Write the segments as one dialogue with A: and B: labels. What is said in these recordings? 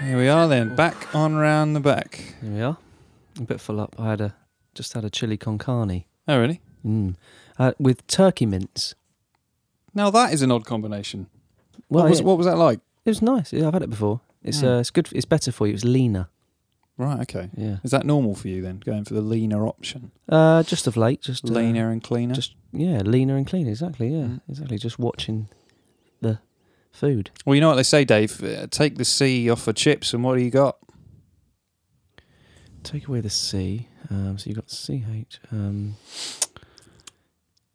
A: then, back on round the back.
B: Here we are. A bit full up. I had a just had a chili con carne
A: Oh, really?
B: mm. uh, with turkey mince.
A: Now that is an odd combination.
B: Well,
A: what, was,
B: it,
A: what was that like?
B: it was nice. Yeah, I've had it before. It's
A: Mm.
B: uh, it's good. It's better for you. It's leaner.
A: Right, okay.
B: Yeah.
A: Is that normal for you then, going for the leaner option?
B: Uh, just of late, just uh,
A: Leaner and cleaner?
B: just- Yeah, leaner and cleaner. Exactly. Yeah,
A: Mm.
B: exactly. Just watching the food.
A: well, you know what they say, Dave? Uh, take the C off of chips and what do you got?
B: Take away the C. Um, so you've got CH. Um,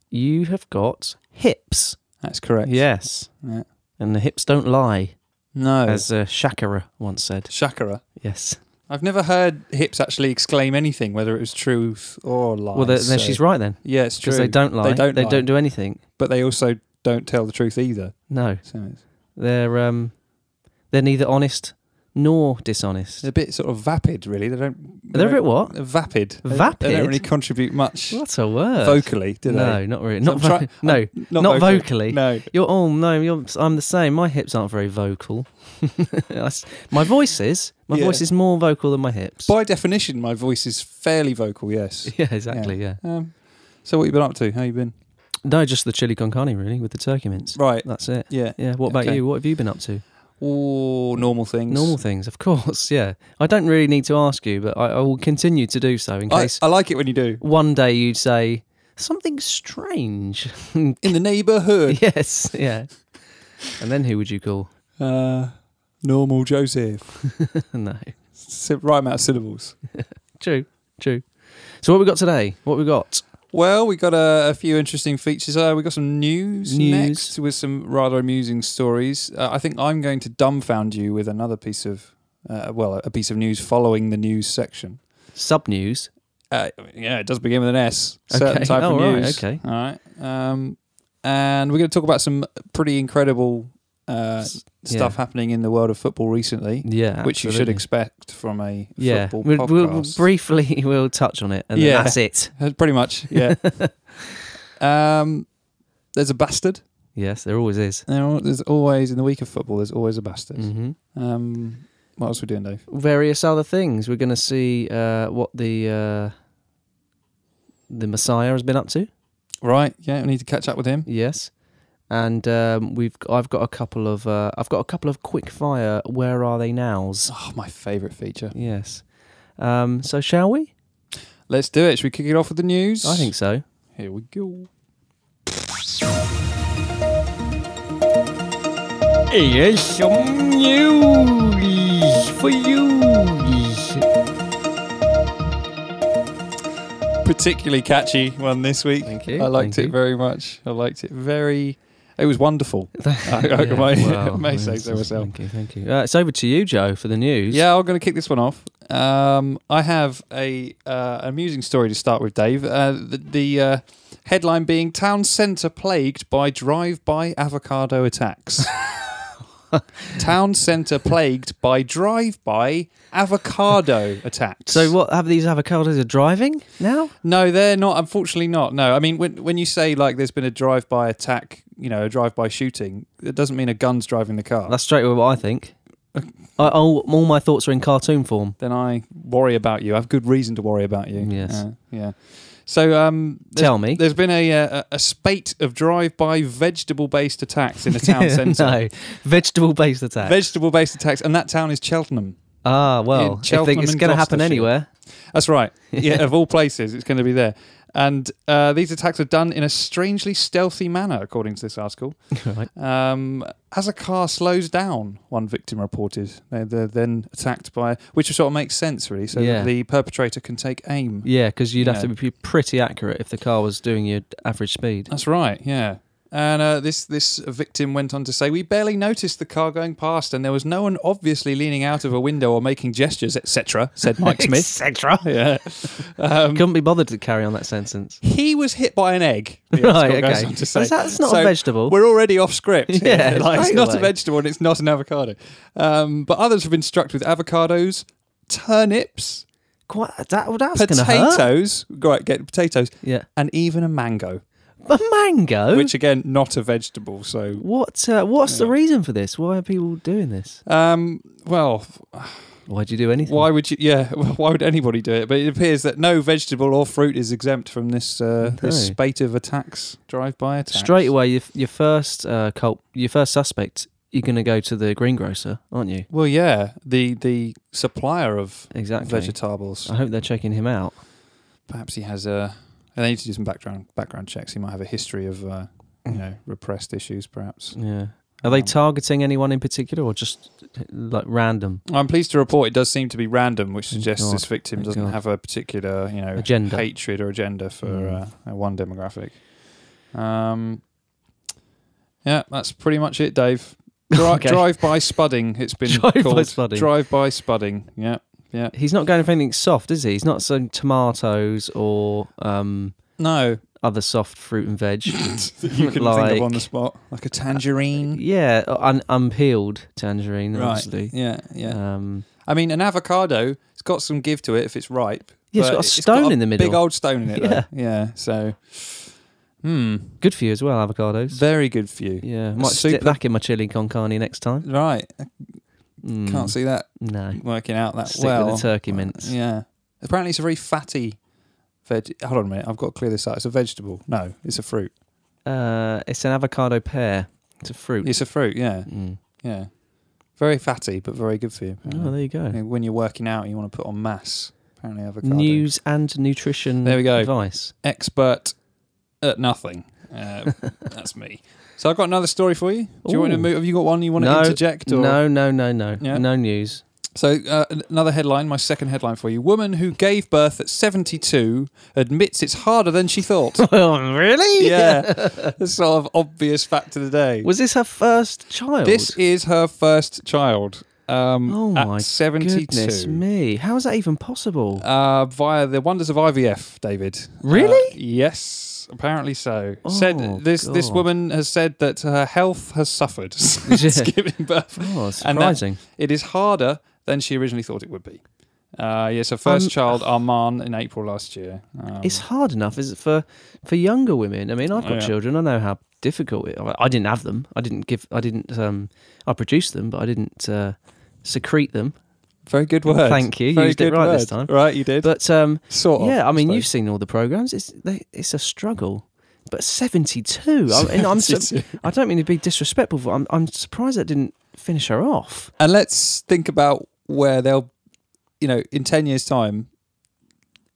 B: you have got hips.
A: That's correct.
B: Yes.
A: Yeah. Oh.
B: And the hips don't lie,
A: No.
B: as uh, Shakira once said.
A: Shakara.
B: Yes.
A: I've never heard hips actually exclaim anything, whether it was truth or lies.
B: well, then, then
A: so-
B: she's right then,
A: Yeah, it's true.
B: because they don't lie.
A: don't lie.
B: do anything.
A: but they also don't tell the truth either.
B: No,
A: So it's-
B: they're um, they're neither honest nor dishonest.
A: it's a bit sort of vapid, really. They don't. they
B: They're a bit
A: don't-
B: what?
A: Vapid. They- They
B: Vapid?
A: don't really contribute much
B: What's a word?
A: vocally, do
B: no,
A: they?
B: not really.
A: So
B: Not
A: I'm try-
B: vo- no,
A: I'm-
B: not vocally.
A: No.
B: You're all no. You're, I'm the same. My hips aren't very vocal. I s- my voice is. My
A: Yeah.
B: voice is more vocal than my hips.
A: By definition, my voice is fairly vocal. Yes.
B: yeah, exactly. Yeah.
A: Um, so what you been up to? How you been?
B: No, just the chili con carne really with the turkey mince.
A: Right.
B: That's it.
A: Yeah.
B: Yeah. What about
A: Okay.
B: you? What have you been up to?
A: All normal things.
B: Normal things, of course. Yeah. I don't really need to ask you, but I, I will continue to do so in
A: I,
B: case
A: I like it when you do.
B: one day you'd say something strange.
A: In the neighbourhood.
B: yes. Yeah. And then who would you call?
A: Uh, normal Joseph.
B: no.
A: S- Right amount of syllables.
B: True. True. So what we got today? What we got?
A: Well, we got a, a few interesting features. Uh, we got some news,
B: News.
A: next with some rather amusing stories. Uh, I think I'm going to dumbfound you with another piece of, uh, well, a piece of news following the news section.
B: Sub news.
A: Uh, yeah, it does begin with an S.
B: Okay.
A: Certain type
B: Oh,
A: of
B: right,
A: news.
B: okay.
A: All right. Um, and we're going to talk about some pretty incredible uh,
B: S-
A: stuff
B: yeah.
A: happening in the world of football recently,
B: Yeah.
A: which you should
B: absolutely.
A: expect from a
B: Yeah,
A: football
B: we'll, we'll- we'll
A: podcast.
B: briefly we'll touch on it, and
A: Yeah.
B: then that's it.
A: Uh, Pretty much, yeah. um, there's a bastard.
B: Yes, there always is.
A: There al- There's always in the week of football. There's always a bastard.
B: hmm
A: Um, what else are we doing, Dave?
B: Various other things. We're going to see uh, what the uh, the Messiah has been up to.
A: Right. Yeah, we need to catch up with him.
B: Yes, and um, we've I've got a couple of uh, I've got a couple of quick fire. Where are they nows?
A: Oh, my favourite feature.
B: Yes. Um, so shall we?
A: Let's do it. Should we kick it off with the news?
B: I think so.
A: Here we go.
B: Here's some news for you.
A: Particularly catchy one this week.
B: Thank you.
A: I liked it
B: Thank you.
A: very much. I liked it very. It was wonderful. I, I may, may say so myself.
B: Thank you, thank you. Uh, it's over to you, Joe, for the news.
A: Yeah, I'm going to kick this one off. Um, I have a uh, amusing story to start with, Dave. Uh, the the uh, headline being "Town Centre Plagued by Drive-by Avocado Attacks." Town centre plagued by drive-by avocado attacks.
B: So what have these avocados are driving now?
A: No, they're not. Unfortunately, not. No, I mean, when when you say like there's been a drive-by attack, you know, a drive-by shooting, it doesn't mean a gun's driving the car.
B: That's straight away what I think.
A: Uh,
B: I, all, all my thoughts are in cartoon form.
A: then I worry about you. I have good reason to worry about you.
B: Yes.
A: Uh, yeah. So um, there's-
B: Tell me.
A: there's been a, uh, a a spate of drive-by vegetable-based attacks in the town centre.
B: no, vegetable based attack.
A: Vegetable-based attacks, and that town is Cheltenham.
B: ah, well,
A: In
B: if they,
A: Cheltenham
B: it's
A: and
B: going to happen
A: Gloucestershire.
B: anywhere.
A: That's right. Yeah, of all places, it's going to be there. And uh, these attacks are done in a strangely stealthy manner, according to this article.
B: right.
A: Um, as a car slows down, one victim reported, they're, they're then attacked by, which sort of makes sense, really, so
B: Yeah.
A: that the perpetrator can take aim.
B: Yeah, because you'd
A: You
B: have
A: know.
B: to be pretty accurate if the car was doing your average speed.
A: That's right. Yeah. And uh, this this victim went on to say, "We barely noticed the car going past, and there was no one obviously leaning out of a window or making gestures, etc." Said Mike Smith.
B: Etc.
A: yeah. Um,
B: Couldn't be bothered to carry on that sentence.
A: he was hit by an egg. the
B: Right,
A: article goes
B: okay.
A: on to say.
B: That's- that's not a
A: So
B: vegetable.
A: We're already off script. here.
B: Yeah,
A: like, it's
B: straight
A: not
B: away.
A: a vegetable and it's not an avocado. Um, but others have been struck with avocados, turnips,
B: Quite, that, that's going to hurt.
A: potatoes. Right, get potatoes,
B: Yeah,
A: and even a mango,
B: a mango.
A: which again, not a vegetable. So
B: What? Uh, what's the
A: Yeah.
B: reason for this? Why are people doing this?
A: Um, well,
B: Why'd you do anything?
A: Why would you? Yeah, why would anybody do it? But it appears that no vegetable or fruit is exempt from this uh, this
B: No.
A: spate of attacks, drive-by attacks.
B: Straight away, your, your first uh, cult, your first suspect, you're going to go to the greengrocer, aren't you?
A: Well, yeah, the the supplier of
B: Exactly.
A: vegetables.
B: I hope they're checking him out.
A: Perhaps he has a. And they need to do some background background checks. He might have a history of uh, you know repressed issues, perhaps.
B: Yeah. Mm. Are they
A: Um,
B: targeting anyone in particular, or just like random?
A: I'm pleased to report it does seem to be random, which
B: Thank
A: suggests
B: Oh, God.
A: this victim
B: Thank
A: doesn't
B: God.
A: have a particular, you know,
B: Agenda.
A: hatred or agenda for
B: Mm.
A: uh, uh, one demographic. Um, yeah, that's pretty much it, Dave. Dri-
B: Okay.
A: Drive by spudding. It's been
B: Drive-by
A: called
B: spudding.
A: Drive by spudding. Yeah, yeah.
B: He's not going for anything soft, is he? He's not some tomatoes or um,
A: No,
B: other soft fruit and veg.
A: you can think
B: Like- Uh,
A: of on the spot, like a tangerine.
B: yeah, uh, un- unpeeled tangerine, obviously.
A: Yeah, yeah.
B: Um,
A: I mean, an avocado. It's got some give to it if it's ripe.
B: yeah, it's
A: but
B: got a
A: it's
B: stone
A: got
B: in the middle.
A: Big old stone in it. Yeah. Though.
B: Yeah.
A: Yeah. So, hmm.
B: Good for you as well, avocados.
A: Very good for you.
B: yeah, might
A: super-
B: stick back in my chili con carne next time.
A: Right. I
B: Mm,
A: can't see that
B: No,
A: working out that
B: Stick with the
A: well.
B: turkey mince.
A: Yeah. Apparently, it's a very fatty veg. Hold on a minute. I've got to clear this out. It's a vegetable. No, it's a fruit.
B: uh, it's an avocado pear. It's a fruit.
A: It's a fruit. Yeah.
B: Mm.
A: Yeah. Very fatty, but very good for you.
B: Oh,
A: apparently.
B: there you go.
A: You know, When you're working out, you want to put on mass. Apparently, avocado.
B: News and nutrition.
A: There we go.
B: Advice.
A: expert at nothing. Uh, that's me. So I've got another story for you. Do you want to
B: Ooh.
A: move? Have you got one you want
B: No,
A: to interject? Or?
B: No, no, no, no.
A: Yeah.
B: No news.
A: So uh, an- another headline, my second headline for you. Woman who gave birth at 72 admits it's harder than she thought.
B: really?
A: yeah. The sort of obvious fact of the day.
B: Was this her first child?
A: This is her first child. Um,
B: Oh
A: at
B: my
A: 72.
B: Goodness me. How is that even possible?
A: Uh, via the wonders of IVF, David.
B: Really?
A: Uh, yes, apparently so.
B: Oh,
A: said this this
B: God.
A: woman has said that her health has suffered since
B: Yeah.
A: giving birth.
B: oh, that's
A: and that-
B: surprising.
A: It is harder than she originally thought it would be. Uh, yes, her first
B: Um,
A: child, Arman, in April last year. Um,
B: it's hard enough, is it, for, for younger women? I mean, I've got
A: Yeah.
B: children. I know how difficult it I didn't have them. I didn't give, I didn't, um, I produced them, but I didn't uh, secrete them.
A: very good word.
B: Thank you. You
A: Very
B: used it
A: good
B: right this
A: word.
B: time.
A: Right, you did.
B: But um,
A: sort of.
B: yeah, I mean, you've
A: suppose.
B: seen all the programs. It's they, it's a struggle. But 72. I, and I'm, su-
A: 72.
B: I don't mean to be disrespectful, but I'm, I'm surprised that didn't finish her off.
A: And let's think about where they'll, you know, in ten years' time,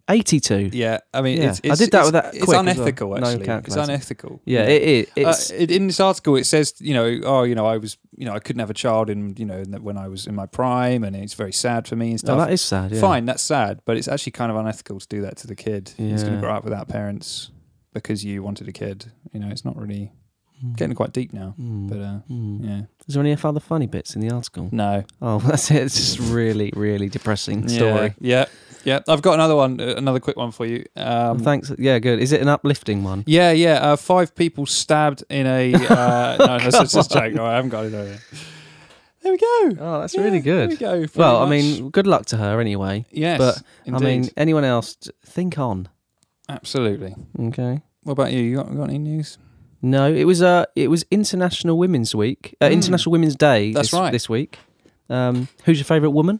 B: 82.
A: Yeah, I mean,
B: Yeah,
A: It's,
B: I
A: it's,
B: did that
A: it's,
B: with that
A: It's
B: quick as well.
A: unethical,
B: No
A: actually. it's
B: calculator.
A: unethical.
B: Yeah, it, it, it's.
A: Uh, it- in this article, it says, you know, oh, you know, I was, you know, I couldn't have a child in, you know, in the- when I was in my prime, and it's very sad for me and
B: oh,
A: stuff.
B: that is sad. Yeah.
A: Fine, that's sad, but it's actually kind of unethical to do that to the kid. He's going to
B: Yeah.
A: grow up without parents because you wanted a kid. You know, it's not really
B: Mm.
A: getting quite deep now.
B: Mm.
A: But uh,
B: Mm.
A: yeah,
B: Is there any other funny bits in the article?
A: no
B: Oh, that's it. It's just really, really depressing story.
A: Yeah, yeah. I've got another one, uh, another quick one for you. Um,
B: Thanks. Yeah, good. Is it an uplifting one?
A: Yeah, yeah. Uh, five people stabbed in a. Uh, no, that's just a joke. No, I haven't got it over. There we go.
B: Oh, that's
A: Yeah,
B: really
A: There we
B: good.
A: go. pretty
B: Well, I
A: much.
B: mean, good luck to her anyway.
A: yes,
B: but,
A: indeed.
B: I mean, anyone else, t- think on.
A: absolutely.
B: Okay.
A: What about you? You got, got any news?
B: No, it was uh, it was International Women's Week, uh,
A: Mm.
B: International Women's Day.
A: That's
B: this,
A: right.
B: This week. Um, who's your favourite woman?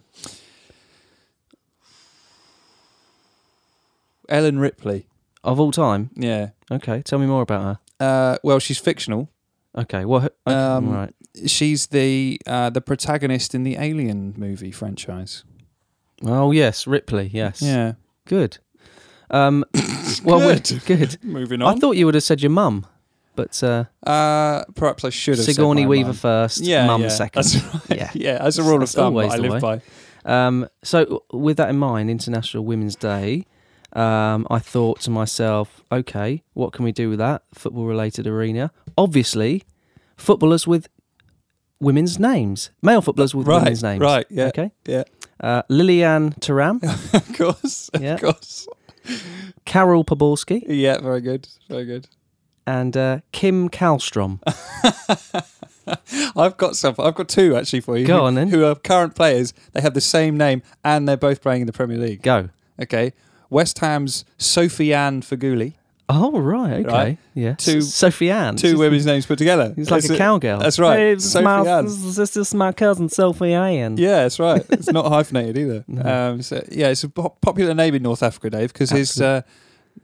A: Ellen Ripley.
B: Of all time.
A: Yeah.
B: Okay, tell me more about her.
A: Uh, well, she's fictional.
B: Okay, well, her- okay,
A: Um,
B: right.
A: She's the uh, the protagonist in the Alien movie franchise.
B: Oh yes, Ripley. Yes.
A: Yeah.
B: Good. Um, well, we're- good.
A: Moving
B: I thgot you would have said your mum, but uh,
A: uh, perhaps I should have. said
B: Sigourney
A: my
B: Weaver
A: mum.
B: first, mum
A: yeah,
B: second.
A: That's right. Yeah.
B: Yeah.
A: that's a rule
B: That's
A: of thumb that
B: always
A: I
B: the
A: live
B: way.
A: by.
B: Um, so, w- with that in mind, International Women's Day, um, I thought to myself, okay, what can we do with that football related arena? Obviously, footballers with women's names, male footballers with
A: Right,
B: women's names.
A: right, yeah,
B: Okay.
A: yeah.
B: Uh, Lillian Taram,
A: Of course, of
B: Yeah.
A: course.
B: Carol Poborski,
A: Yeah, very good. Very good.
B: and uh, Kim Kalstrom.
A: I've got some. I've got two actually for you.
B: Go
A: who,
B: on then.
A: Who are current players? They have the same name, and they're both playing in the Premier League.
B: Go.
A: Okay, West Ham's Sophie Ann Faguli
B: Oh right, okay,
A: Right.
B: yeah.
A: Two-
B: Two Sophie Ann.
A: Two women's names put together.
B: It's like
A: That's
B: a
A: it.
B: cowgirl.
A: That's right.
B: Hey, this, is
A: Sophie
B: my,
A: Ann.
B: this is just my cousin Sophie Ann.
A: Yeah, that's right. It's not hyphenated either.
B: No.
A: Um, so, yeah, it's a pop- popular name in North Africa, Dave, because his uh,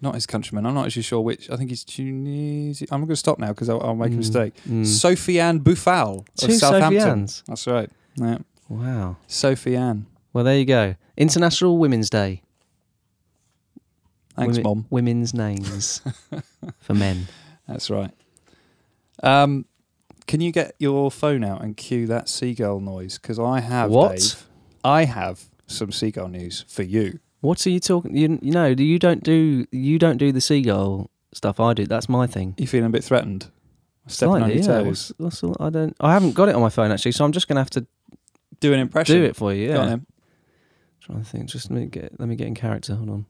A: not his countrymen. I'm not actually sure which. I think he's Tunisian. I'm going to stop now because I'll, I'll make a
B: Mm.
A: mistake.
B: Mm.
A: Sophie Ann Buffal of
B: Two Sophie
A: Southampton.
B: Anns.
A: That's right. Yeah,
B: Wow.
A: Sophie Ann.
B: Well, there you go. International Women's Day.
A: Thanks,
B: Women-
A: mom.
B: Women's names for men.
A: That's right. Um, can you get your phone out and cue that seagull noise? Because I have
B: What?
A: Dave, I have some seagull news for you.
B: What are you talking? You, you know, you don't do you don't do the seagull stuff. I do. That's my thing.
A: You feeling a bit threatened? Stepping on
B: Slightly,
A: your
B: yeah.
A: toes.
B: That's all- I don't. I haven't got it on my phone actually, so I'm just gonna have to
A: Do an impression.
B: do it for you.
A: Go on
B: Yeah.
A: then.
B: Trying to think. Just let me get let me get in character. Hold on.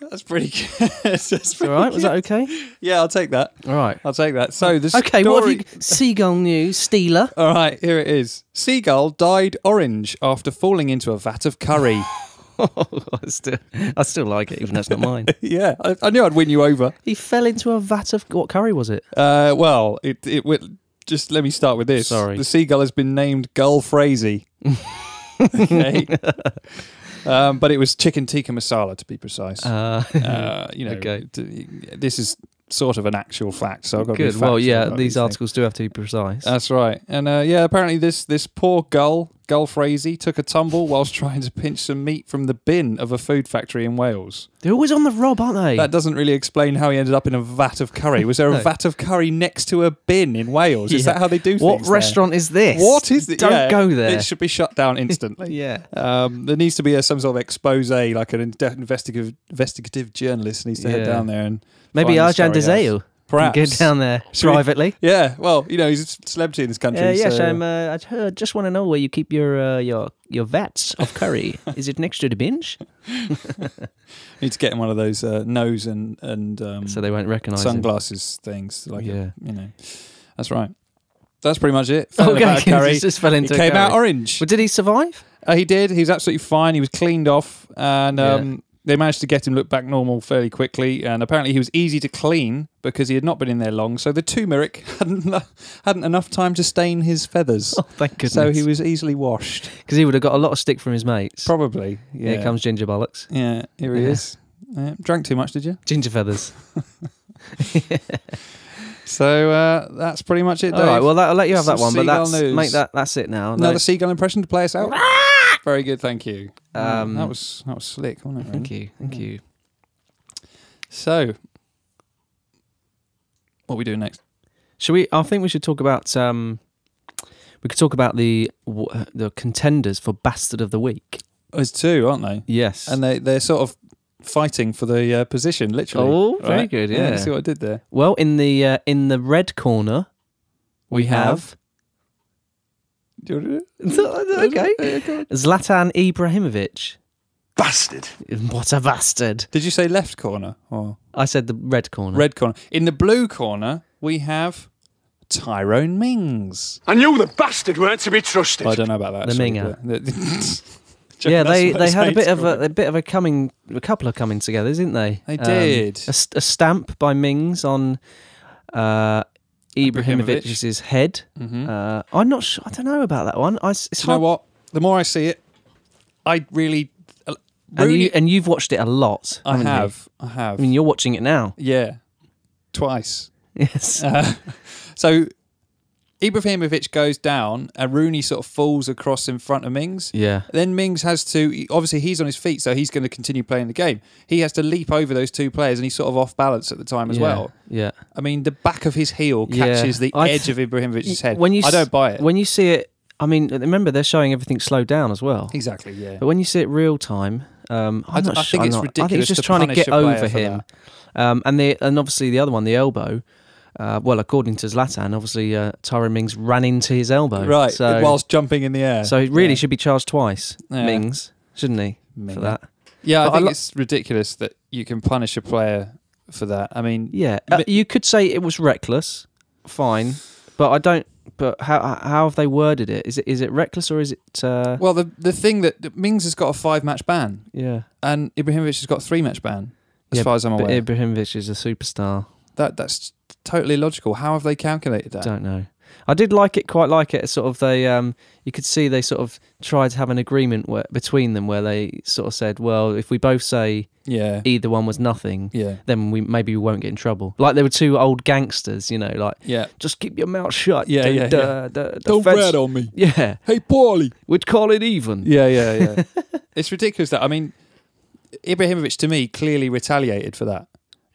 A: That's pretty good. That's
B: All
A: pretty
B: right. Was that okay?
A: Yeah, I'll take that.
B: All right.
A: I'll take that. So the
B: Okay. What have
A: story.
B: you? Seagull news. Stealer.
A: All right, here it is. Seagull dyed orange after falling into a vat of curry.
B: Oh, I still I still like it, even though it's not mine.
A: yeah, I, I knew I'd win you over.
B: He fell into a vat of what curry was it?
A: Uh, well, it it wi- just let me start with this.
B: Sorry.
A: the seagull has been named Gull Frazee. okay. Um, but it was chicken tikka masala to be precise.
B: Uh,
A: Uh, you know,
B: okay.
A: d- this is sort of an actual fact, so I've got to be
B: good. Well,
A: factual
B: yeah.
A: about
B: These
A: things.
B: articles do have to be precise.
A: That's right. And uh, yeah, apparently this this poor gull, Gull Frazee, took a tumble whilst trying to pinch some meat from the bin of a food factory in Wales.
B: They're always on the rob, aren't they?
A: That doesn't really explain how he ended up in a vat of curry. Was there a
B: No.
A: vat of curry next to a bin in Wales? Is
B: Yeah.
A: that how they do
B: what
A: things? there?
B: restaurant is this?
A: What is it?
B: Don't
A: Yeah,
B: go there.
A: It should be shut down instantly.
B: yeah.
A: Um, there needs to be a, some sort of expose, like an inde- investigative investigative journalist needs to head
B: Yeah.
A: down there and
B: Maybe
A: find the
B: Arjan
A: story out.
B: Dezeu can
A: Perhaps
B: go down there
A: Should we- Uh,
B: privately.
A: Yeah, well, you know, he's a c- celebrity in this country.
B: Uh, yes,
A: so-
B: I'm. Uh, I heard- just want to know where you keep your uh, your your vats of curry. is it next to the binge?
A: Need to get in one of those uh, nose and and um,
B: So they won't recognise him.
A: sunglasses things. Like a-
B: Yeah.
A: you know, that's right. That's pretty much it. Found
B: Oh,
A: a vat of curry.
B: he just fell
A: It
B: into. a
A: came out
B: curry.
A: orange.
B: Well, did he survive?
A: Uh, he did. He was absolutely fine. He was cleaned off, and
B: Yeah.
A: um, they managed to get him look back normal fairly quickly. And apparently, he was easy to clean because he had not been in there long. So the turmeric hadn't hadn't enough time to stain his feathers.
B: Oh, thank goodness.
A: so he was easily washed.
B: because he would have got a lot of stick from his mates.
A: Probably. Yeah.
B: Here comes ginger bollocks,
A: Yeah. Here he
B: Yeah.
A: is. Yeah, drank too much, did you?
B: ginger feathers.
A: So uh, that's pretty much it.
B: All right,
A: Dave.
B: well, that, I'll let you have
A: Some
B: that one, but
A: seagull
B: that's
A: news.
B: make that that's it now.
A: Another
B: No,
A: seagull impression to play us out. Very good, thank you.
B: Um,
A: that was that was slick, wasn't it? Really?
B: thank you, thank you.
A: So, what we do next?
B: Should we? I think we should talk about. Um, we could talk about the w- the contenders for Bastard of the Week.
A: There's Oh, two, aren't they?
B: Yes,
A: And they they're sort of fighting for the uh, position, literally.
B: Oh, very good, yeah.
A: see what I did there.
B: well, in the uh, in the red corner, we, have,
A: Do you want
B: okay
A: to do it? Okay.
B: Zlatan Ibrahimovic.
C: Bastard.
B: What a bastard!
A: Did you say left corner or
B: I said the red corner.
A: red corner? In the blue corner, we have Tyrone Mings.
C: I knew the bastard weren't to be trusted.
A: Well, I don't know about that.
B: The
A: actually,
B: Minger.
A: but-
B: yeah,
A: That's
B: they,
A: what
B: they
A: his
B: had
A: mate's
B: a bit of
A: called it.
B: a, a bit of a coming, a couple of coming together, didn't they?
A: They
B: Um,
A: did.
B: a, st- a stamp by Mings on uh, Ibrahimovic's head. Uh, I'm not sure. I don't know about that one. I, s- it's
A: Mm-hmm. Do you know
B: hard-
A: what? The more I see it, I really.
B: And,
A: Rooney-
B: you, and you've watched it a lot.
A: I
B: haven't you?
A: have. I have.
B: I mean, you're watching it now.
A: yeah. Twice.
B: Yes.
A: Uh-huh. So Ibrahimovic goes down and Rooney sort of falls across in front of Mings.
B: yeah.
A: Then Mings has to, obviously, he's on his feet, so he's going to continue playing the game. He has to leap over those two players and he's sort of off balance at the time as
B: yeah,
A: well.
B: Yeah.
A: I mean, the back of his heel
B: Yeah.
A: catches the
B: I th-
A: edge of Ibrahimovic's head.
B: When you
A: I
B: s-
A: don't buy it.
B: When you see it, I mean, remember they're showing everything slowed down as well.
A: exactly, yeah.
B: But when you see it real time, um, I'm
A: I d-
B: not
A: I
B: sure-
A: think
B: I'm
A: it's
B: not- I think
A: ridiculous
B: it's just
A: to
B: trying to
A: punish
B: get
A: a player for
B: over him.
A: that.
B: Um, and the and obviously the other one, the elbow. Uh, well, according to Zlatan, obviously uh, Tyrone Mings ran into his elbow.
A: Right,
B: So,
A: whilst jumping in the air.
B: so he really should be charged twice,
A: Yeah.
B: Mings, shouldn't he,
A: Ming.
B: for that?
A: Yeah, I
B: But I
A: think
B: lo-
A: it's ridiculous that you can punish a player for that. I mean,
B: Yeah. Uh, you could say it was reckless, fine, but I don't. But how how have they worded it? Is it is it reckless or is it? Uh,
A: Well, the the thing that, that Mings has got a five match ban
B: yeah,
A: and Ibrahimovic has got a three match ban, as
B: Yeah,
A: far as I'm
B: but
A: aware.
B: Ibrahimovic is a superstar.
A: that that's totally logical. How have they calculated that?
B: Don't know. I did like it, quite like it. Sort of they, um, you could see they sort of tried to have an agreement where, between them where they sort of said, well, if we both say
A: Yeah,
B: either one was nothing,
A: yeah,
B: then we maybe we won't get in trouble. Like they were two old gangsters, you know, like
A: yeah.
B: just keep your mouth shut.
A: Yeah,
B: the-
A: yeah,
B: the-
A: yeah.
B: the- the feds-
A: on me.
B: Yeah,
A: Hey, Paulie.
B: we'd call it even.
A: Yeah, yeah, yeah. it's ridiculous that I mean, Ibrahimovic to me clearly retaliated for that,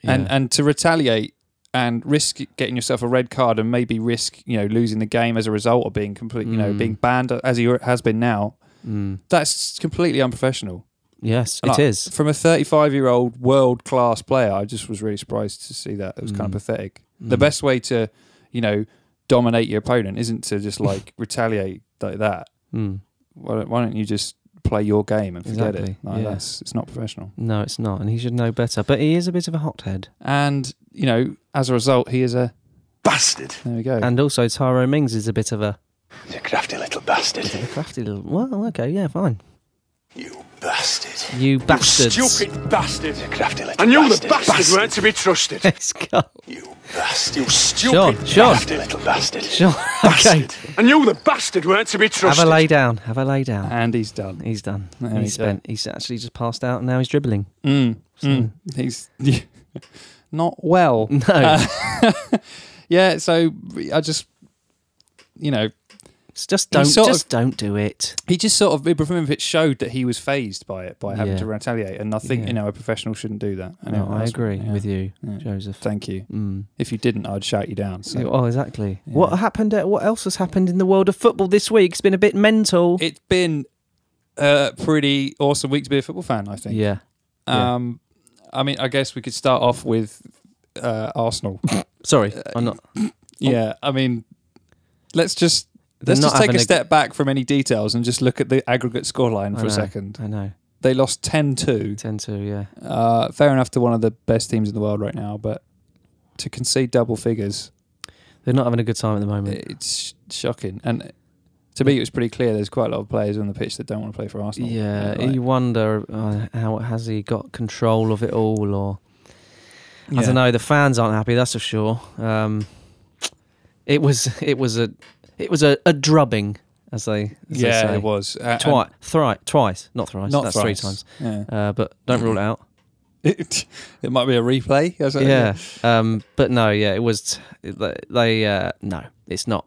A: and
B: Yeah.
A: and to retaliate and risk getting yourself a red card and maybe risk you know losing the game as a result of being complete you know
B: Mm.
A: being banned as he has been now.
B: Mm.
A: That's completely unprofessional.
B: Yes,
A: And
B: it
A: I-
B: is.
A: from a 35 year old world class player. I just was really surprised to see that. It was kind of
B: Mm.
A: pathetic. The
B: Mm.
A: best way to you know dominate your opponent isn't to just like retaliate like that
B: Mm.
A: why don't, why don't you just play your game and forget
B: Exactly,
A: it? Like,
B: yeah.
A: that's, it's not professional.
B: No, it's not, and he should know better. But he is a bit of a hothead.
A: And, you know, as a result, he is a.
C: Bastard.
A: There we go.
B: And also, Tyro Mings is a bit of a,
C: You crafty little bastard.
B: a crafty little. Well, okay, yeah, fine.
C: You bastard.
B: You bastards.
C: Stupid bastard. You crafty little
D: I knew
C: bastard.
D: the bastards weren't to be trusted.
B: Let's go.
C: You bastard. You
B: Sean,
C: stupid
B: Sean.
C: crafty little bastard.
B: Sure. Okay.
C: Bastard.
D: I knew the bastard weren't to be
B: Have a
D: trusted.
B: lay down. Have a lay down.
A: And he's done.
B: He's done.
A: Uh, There we go.
B: he's spent. He's actually just passed out, and now he's dribbling.
A: Mm, mm. He's not well.
B: No.
A: Uh, Yeah, so I just, you know,
B: just don't.
A: sort
B: Just don't do it.
A: he just sort of, Ibrahimovic showed that he was phased by it, by having
B: Yeah.
A: to retaliate. And I think,
B: Yeah.
A: you know, a professional shouldn't do that.
B: No, I agree with you,
A: Yeah.
B: Joseph.
A: Thank you.
B: Mm.
A: If you didn't, I'd shout you down. So.
B: Oh, exactly. What happened? At, what else has happened in the world of football this week? It's been a bit mental.
A: It's been a pretty awesome week to be a football fan, I think.
B: yeah. Yeah.
A: Um, I mean, I guess we could start off with uh, Arsenal.
B: Sorry,
A: Uh,
B: I'm not.
A: yeah, I mean, let's just
B: They're
A: let's
B: not
A: just take
B: having
A: a
B: a g-
A: step back from any details and just look at the aggregate scoreline
B: I
A: for a
B: know,
A: second.
B: I know.
A: They lost 10-2.
B: Ten to yeah.
A: Uh, fair enough to one of the best teams in the world right now, but to concede double figures,
B: They're not having a good time at the moment.
A: it's shocking. And to me, it was pretty clear there's quite a lot of players on the pitch that don't want to play for Arsenal.
B: yeah,
A: Uh, like-
B: you wonder uh, how has he got control of it all, or I
A: Yeah.
B: don't know. The fans aren't happy, that's for sure. Um, it was it was a it was a, a drubbing, as they as they
A: Yeah,
B: say.
A: it was. Uh, and-
B: twice, thrice, twice, not thrice,
A: Not
B: that's three
A: thrice.
B: times.
A: Yeah.
B: Uh, but don't rule it out.
A: It, might be a replay. I was like,
B: yeah. Um, but no, yeah, it was. T- they uh, no, it's not.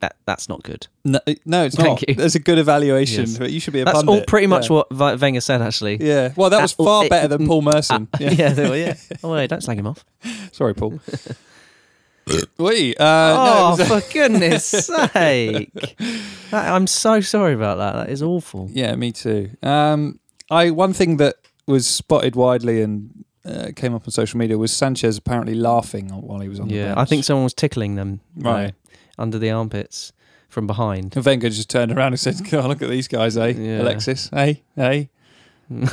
B: That that's not good.
A: No, no it's
B: Thank
A: not.
B: you.
A: That's a good evaluation.
B: Yes.
A: But you should be a
B: That's
A: pundit.
B: all pretty much
A: yeah.
B: what what Wenger said actually.
A: Yeah. Well, that was
B: That-
A: far
B: it-
A: better than Paul Merson.
B: Yeah,
A: Ah, yeah.
B: they were, yeah. Oh, wait, don't slag him off.
A: Sorry, Paul. Wait. Uh, no, it
B: oh,
A: was-
B: for goodness sake. That, I'm so sorry about that. That is awful.
A: yeah, me too. Um, I one thing that was spotted widely and uh, came up on social media was Sanchez apparently laughing while he was on the
B: Yeah,
A: bench.
B: I think someone was tickling them you know,
A: Right.
B: under the armpits from behind.
A: And Wenger just turned around and said, "God, look at these guys, eh,
B: Yeah.
A: Alexis, eh, eh."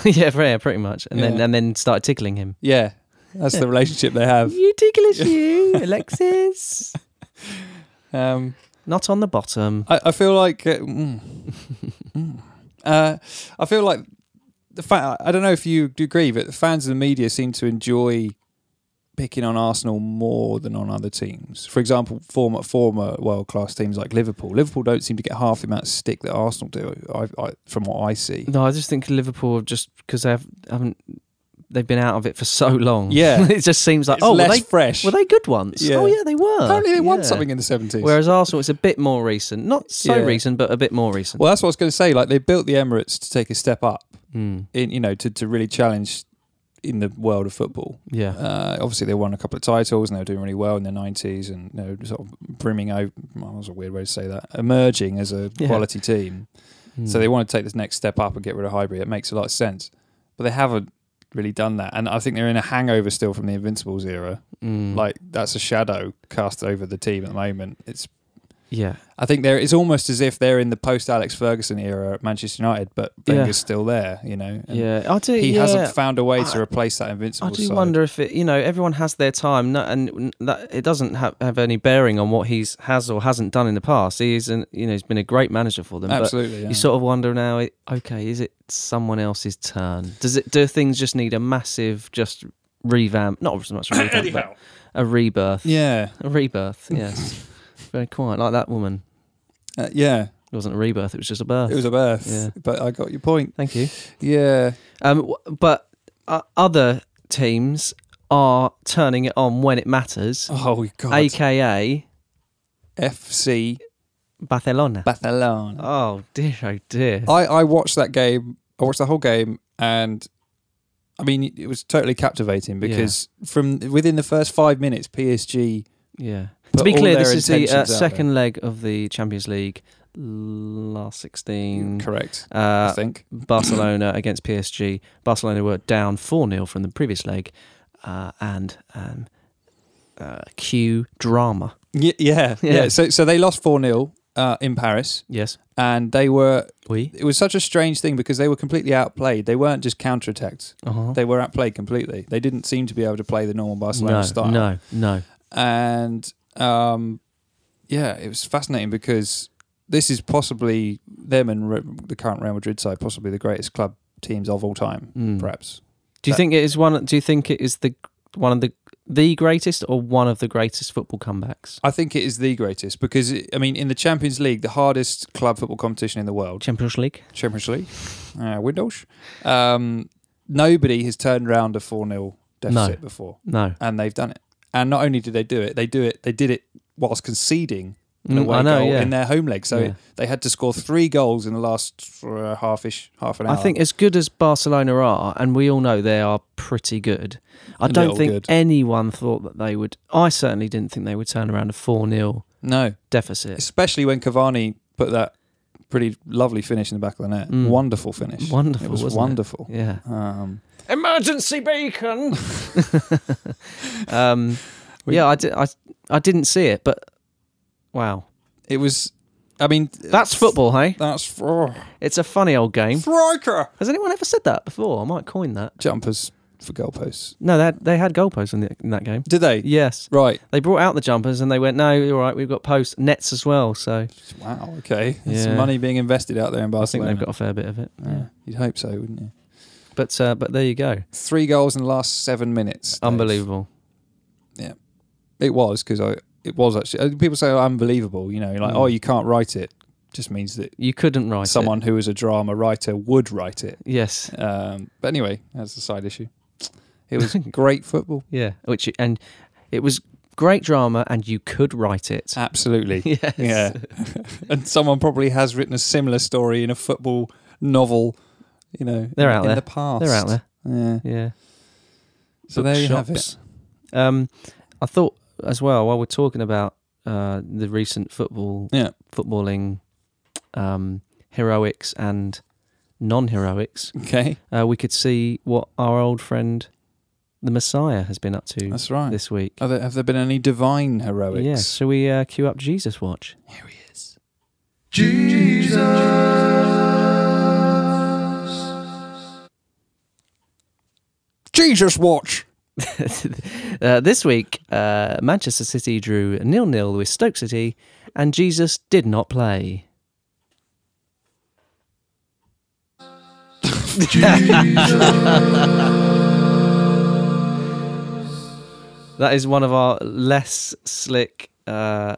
B: yeah, yeah, pretty much. And then
A: Yeah.
B: and then started tickling him.
A: Yeah, that's the relationship they have.
B: You ticklish, you Alexis.
A: Um,
B: Not on the bottom.
A: I, I feel like uh, mm, mm. Uh, I feel like the fa- I don't know if you do agree, but the fans and the media seem to enjoy picking on Arsenal more than on other teams. For example, former former world class teams like Liverpool. Liverpool don't seem to get half the amount of stick that Arsenal do. I, I, from what I see,
B: No, I just think Liverpool have just because they have, haven't they've been out of it for so long.
A: Yeah.
B: it just seems like
A: it's
B: oh, were
A: less
B: they,
A: fresh.
B: were they good once?
A: Yeah.
B: Oh yeah, they were.
A: Apparently, they won
B: Yeah.
A: something in the seventies.
B: Whereas Arsenal, it's a bit more recent. Not so
A: Yeah.
B: recent, but a bit more recent.
A: well, that's what I was going to say. Like they built the Emirates to take a step up.
B: Mm,
A: In you know to to really challenge in the world of football.
B: yeah.
A: Uh, obviously, they won a couple of titles and they were doing really well in the 90s and you know, sort of brimming out. Well, that was a weird way to say that. Emerging as a
B: Yeah.
A: quality team. So
B: Mm.
A: they want to take this next step up and get rid of Highbury. It makes a lot of sense. But they haven't really done that. And I think they're in a hangover still from the Invincibles era.
B: Mm.
A: Like, that's a shadow cast over the team at the moment. It's
B: Yeah.
A: I think there it's almost as if they're in the post Alex Ferguson era at Manchester United, but
B: Yeah.
A: Wenger's still there, you know. and
B: Yeah. I do.
A: He
B: yeah.
A: hasn't found a way
B: I-
A: to replace that invincible
B: I do
A: side.
B: wonder if it, you know, everyone has their time, no- and n- that it doesn't have, have any bearing on what he's has or hasn't done in the past. He is, an, you know, he's been a great manager for them. but
A: Absolutely. yeah.
B: You sort of wonder now. i- Okay, is it someone else's turn? Does it? Do things just need a massive just revamp? Not so much a revamp, but a rebirth.
A: Yeah.
B: A rebirth. Yes. Very quiet, like that woman.
A: Uh, yeah.
B: It wasn't a rebirth. It was just a birth.
A: It was a birth.
B: Yeah.
A: But I got your point.
B: Thank you.
A: Yeah.
B: Um, w- but uh, other teams are turning it on when it matters.
A: Oh god.
B: AKA
A: FC
B: Barcelona.
A: Barcelona.
B: oh dear, oh dear.
A: I, I watched that game. I watched the whole game, and I mean, it was totally captivating because from within the first five minutes, PSG.
B: yeah.
A: put
B: To be
A: all
B: clear,
A: their
B: this is the uh,
A: intentions out there.
B: second leg of the Champions League last sixteen.
A: Correct, I
B: Uh,
A: think.
B: Barcelona against PSG. Barcelona were down 4 0 from the previous leg, uh, and um, uh, cue drama.
A: Yeah, yeah, yeah.
B: Yeah.
A: So, so they lost four 0 uh, in Paris,
B: Yes.
A: and they were.
B: We?
A: It was such a strange thing because they were completely outplayed. They weren't just counterattacked.
B: Uh-huh.
A: They were outplayed completely. They didn't seem to be able to play the normal Barcelona
B: no,
A: style.
B: no, no.
A: and um, yeah, it was fascinating because this is possibly them and Re- the current Real Madrid side, possibly the greatest club teams of all time,
B: Mm.
A: perhaps.
B: Do you
A: That-
B: think it is one? Do you think it is the one of the the greatest or one of the greatest football comebacks?
A: I think it is the greatest because it, I mean, in the Champions League, the hardest club football competition in the world,
B: Champions League.
A: Champions League, uh, Windows. Um, nobody has turned around a four 0 deficit before,
B: No,
A: and they've done it. And not only did they do it, they do it. They did it whilst conceding an
B: Mm,
A: away
B: I know.
A: goal
B: yeah.
A: in their home leg. So
B: Yeah.
A: they had to score three goals in the last uh, half-ish, half an
B: I
A: hour.
B: think as good as Barcelona are, and we all know they are pretty good. I
A: A
B: don't
A: little
B: think
A: good.
B: anyone thought that they would. I certainly didn't think they would turn around a four 0
A: no,
B: deficit.
A: especially when Cavani put that pretty lovely finish in the back of the net.
B: Mm.
A: Wonderful finish.
B: Wonderful,
A: It was
B: wasn't it?
A: wonderful.
B: Yeah.
A: Um,
B: Emergency beacon. um, yeah, I, did, I I didn't see it, but wow,
A: it was. I mean,
B: that's football, hey?
A: That's oh,
B: It's a funny old game.
A: striker
B: Has anyone ever said that before? I might coin that.
A: jumpers for goalposts.
B: No, they had, they had goalposts in, the, in that game.
A: Did they?
B: Yes,
A: Right.
B: they brought out the jumpers and they went, no, you're all right, we've got posts, nets as well. So
A: Wow. Okay. There's
B: Yeah.
A: Some money being invested out there in
B: I think
A: Barcelona.
B: they've got a fair bit of it.
A: Yeah, you'd hope so, wouldn't you?
B: But uh, but there you go.
A: Three goals in the last seven minutes. Dave.
B: Unbelievable.
A: It was because I it was actually uh, people say oh, unbelievable. You know, like
B: Mm.
A: oh, you can't write it. Just means that
B: You couldn't write it.
A: someone who is a drama writer would write it.
B: Yes.
A: Um, but anyway, that's a side issue. It was great football.
B: Yeah. Which you- and it was great drama, and you could write it.
A: Absolutely.
B: yes.
A: Ah. Yeah. and someone probably has written a similar story in a football novel. You know,
B: They're
A: in,
B: out
A: in
B: there.
A: the past.
B: They're out there.
A: Yeah.
B: Yeah.
A: So there you have it.
B: Bookshops. Um, I thought as well while we're talking about uh, the recent football,
A: Yeah.
B: footballing um, heroics and non-heroics,
A: Okay.
B: uh, we could see what our old friend, the Messiah, has been up to
A: That's right.
B: this week.
A: Are there, have there been any divine heroics?
B: Yeah, shall we uh, queue up Jesus Watch?
A: Here he is. Jesus. Jesus watch.
B: uh, this week, uh, Manchester City drew nil-nil with Stoke City, and Jesus did not play. That is one of our less slick uh,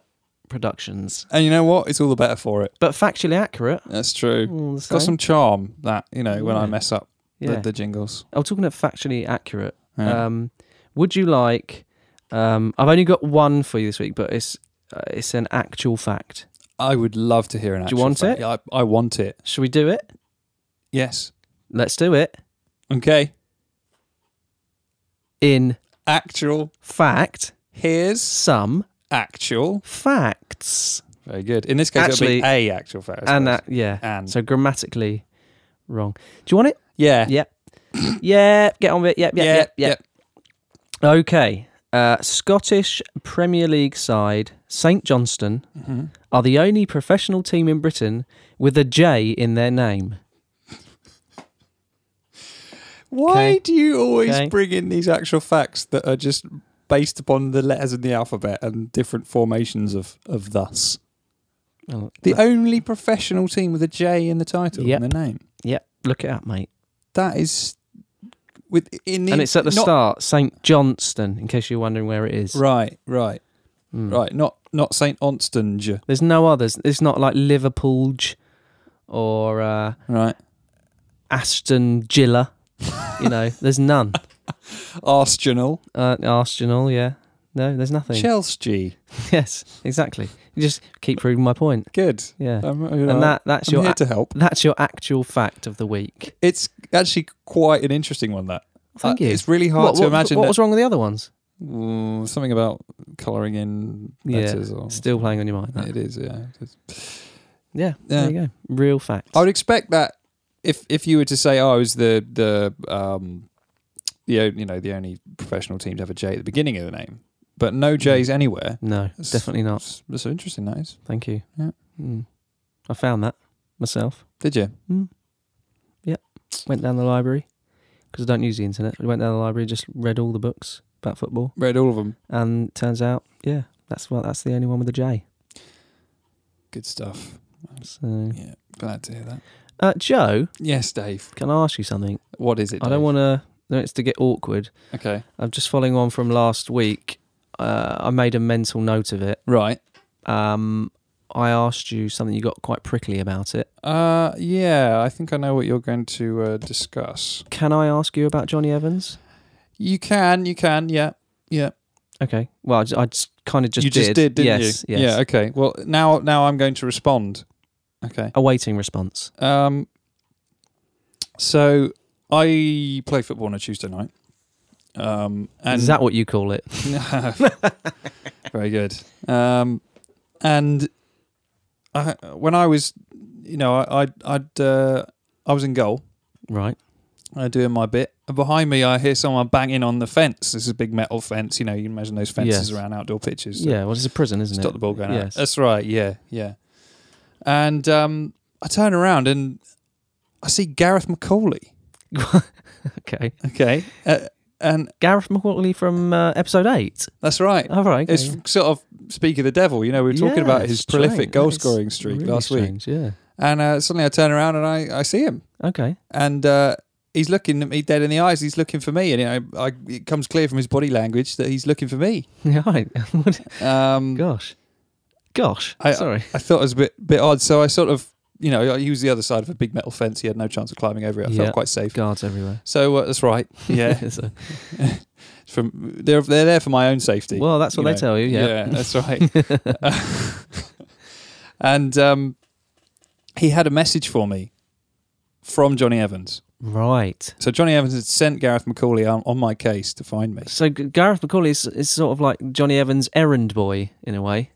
B: productions,
A: And you know what? It's all the better for it.
B: but factually accurate.
A: That's true.
B: all the
A: It's got
B: same.
A: some charm that, you know, when I
B: Mm. Yeah.
A: mess up
B: Yeah.
A: the, the jingles.
B: I'm Oh, talking about factually accurate.
A: Yeah.
B: Um, would you like? Um, I've only got one for you this week, but it's uh, it's an actual fact.
A: I would love to hear an
B: Do
A: actual
B: you want
A: fact.
B: it?
A: Yeah, I, I want it.
B: Shall we do it?
A: Yes.
B: Let's do it.
A: Okay.
B: In
A: Actual.
B: fact,
A: Here's
B: some
A: actual.
B: facts,
A: Very good. In this case,
B: Actually-
A: it'll be a actual fact. I
B: and
A: suppose.
B: that yeah,
A: And.
B: so grammatically wrong. Do you want it?
A: yeah.
B: Yep. yep. Get on with it. Yep. Yep. Yep. Yep. Okay. uh, Scottish Premier League side St Johnston
A: Mm-hmm.
B: are the only professional team in Britain with a J in their name.
A: Why
B: Okay.
A: do you always
B: Okay.
A: bring in these actual facts that are just based upon the letters in the alphabet and different formations of, of thus?
B: Oh,
A: The only professional team with a J in the title
B: Yep.
A: and the name.
B: yeah, look it up, mate.
A: That is with in the
B: And it's at the
A: not-
B: start, St Johnston, in case you're wondering where it is.
A: Right, right,
B: Hmm.
A: right. Not not Saint Onstange.
B: There's no others. It's not like Liverpool or uh,
A: Right,
B: Aston Gilla. You know, there's none.
A: Arsenal,
B: Uh, Arsenal, yeah. No, there's nothing.
A: Chelsea.
B: Yes, exactly. You just keep proving my point.
A: Good.
B: Yeah.
A: I'm, you know,
B: and that that's
A: I'm
B: your
A: here to
B: ac-
A: help.
B: that's your actual fact of the week.
A: It's actually quite an interesting one. That
B: Thank
A: Uh,
B: you.
A: It's really hard
B: what,
A: to
B: what-
A: imagine
B: what
A: that-
B: was wrong with the other ones.
A: Mm, something about colouring in
B: Yeah,
A: letters or
B: still playing on your mind. that.
A: it is yeah It is.
B: Yeah, there you go. Real fact.
A: i would expect that if if you were to say oh, i was the the um the o- you know the only professional team to have a j at the beginning of the name but no j's anywhere
B: no, definitely not.
A: that's, that's interesting that is
B: Thank you.
A: Yeah.
B: Mm. I found that myself.
A: did you
B: Went down the library because I don't use the internet. I went down the library, just read all the books about football,
A: read all of them
B: and turns out, yeah, that's well, that's the only one with a J.
A: good stuff
B: So,
A: yeah glad to hear that
B: uh, Joe,
A: yes dave
B: can I ask you something?
A: what is it
B: I don't
A: Dave?
B: want to. It's to get awkward.
A: okay
B: I'm just following on from last week. Uh, I made a mental note of it.
A: right
B: Um, I asked you something. You got quite prickly about it.
A: uh yeah i think i know what you're going to uh, discuss
B: Can I ask you about Johnny Evans?
A: you can you can yeah yeah
B: Okay. Well, I just, kind of just
A: you
B: did.
A: just did, didn't
B: yes,
A: you?
B: Yes.
A: Yeah. Okay. Well, now now I'm going to respond. Okay.
B: Awaiting response.
A: Um. So I play football on a Tuesday night. Um. And
B: Is that what you call it?
A: very good. Um. And I, when I was, you know, I I'd, I'd uh, I was in goal.
B: Right.
A: uh, doing my bit. And behind me, I hear someone banging on the fence. This is a big metal fence. You know, you can imagine those fences
B: Yes.
A: around outdoor pitches.
B: Yeah. Well, it's a prison, isn't it?
A: Stop the ball going
B: Yes.
A: out. That's right. Yeah, yeah. And um, I turn around and I see Gareth McCauley.
B: okay.
A: Okay, uh, and
B: Gareth McCauley from uh, episode eight.
A: that's right.
B: All right.
A: It's
B: okay.
A: sort of speak of the devil. You know, we were talking
B: Yeah,
A: about his
B: it's strange.
A: prolific goal
B: It's
A: scoring streak
B: really
A: last week,
B: strange, Yeah.
A: and uh, suddenly I turn around and I, I see him,
B: Okay.
A: and uh, he's looking at me dead in the eyes. He's looking for me, and you know, I, it comes clear from his body language that he's looking for me.
B: Yeah. Right. What-
A: Um,
B: Gosh. Gosh.
A: I- uh,
B: Sorry.
A: I thought it was a bit bit odd. So I sort of, you know, he was the other side of a big metal fence. He had no chance of climbing over it. I
B: Yeah.
A: felt quite safe.
B: Guards everywhere.
A: So uh, that's right. Yeah,
B: So-
A: from they're they're there for my own safety.
B: Well, that's what they tell you, yeah.
A: that's right. and um, he had a message for me from Johnny Evans.
B: Right.
A: So Johnny Evans had sent Gareth McCauley on, on my case to find me.
B: So G- Gareth McCauley is, is sort of like Johnny Evans' errand boy in a way,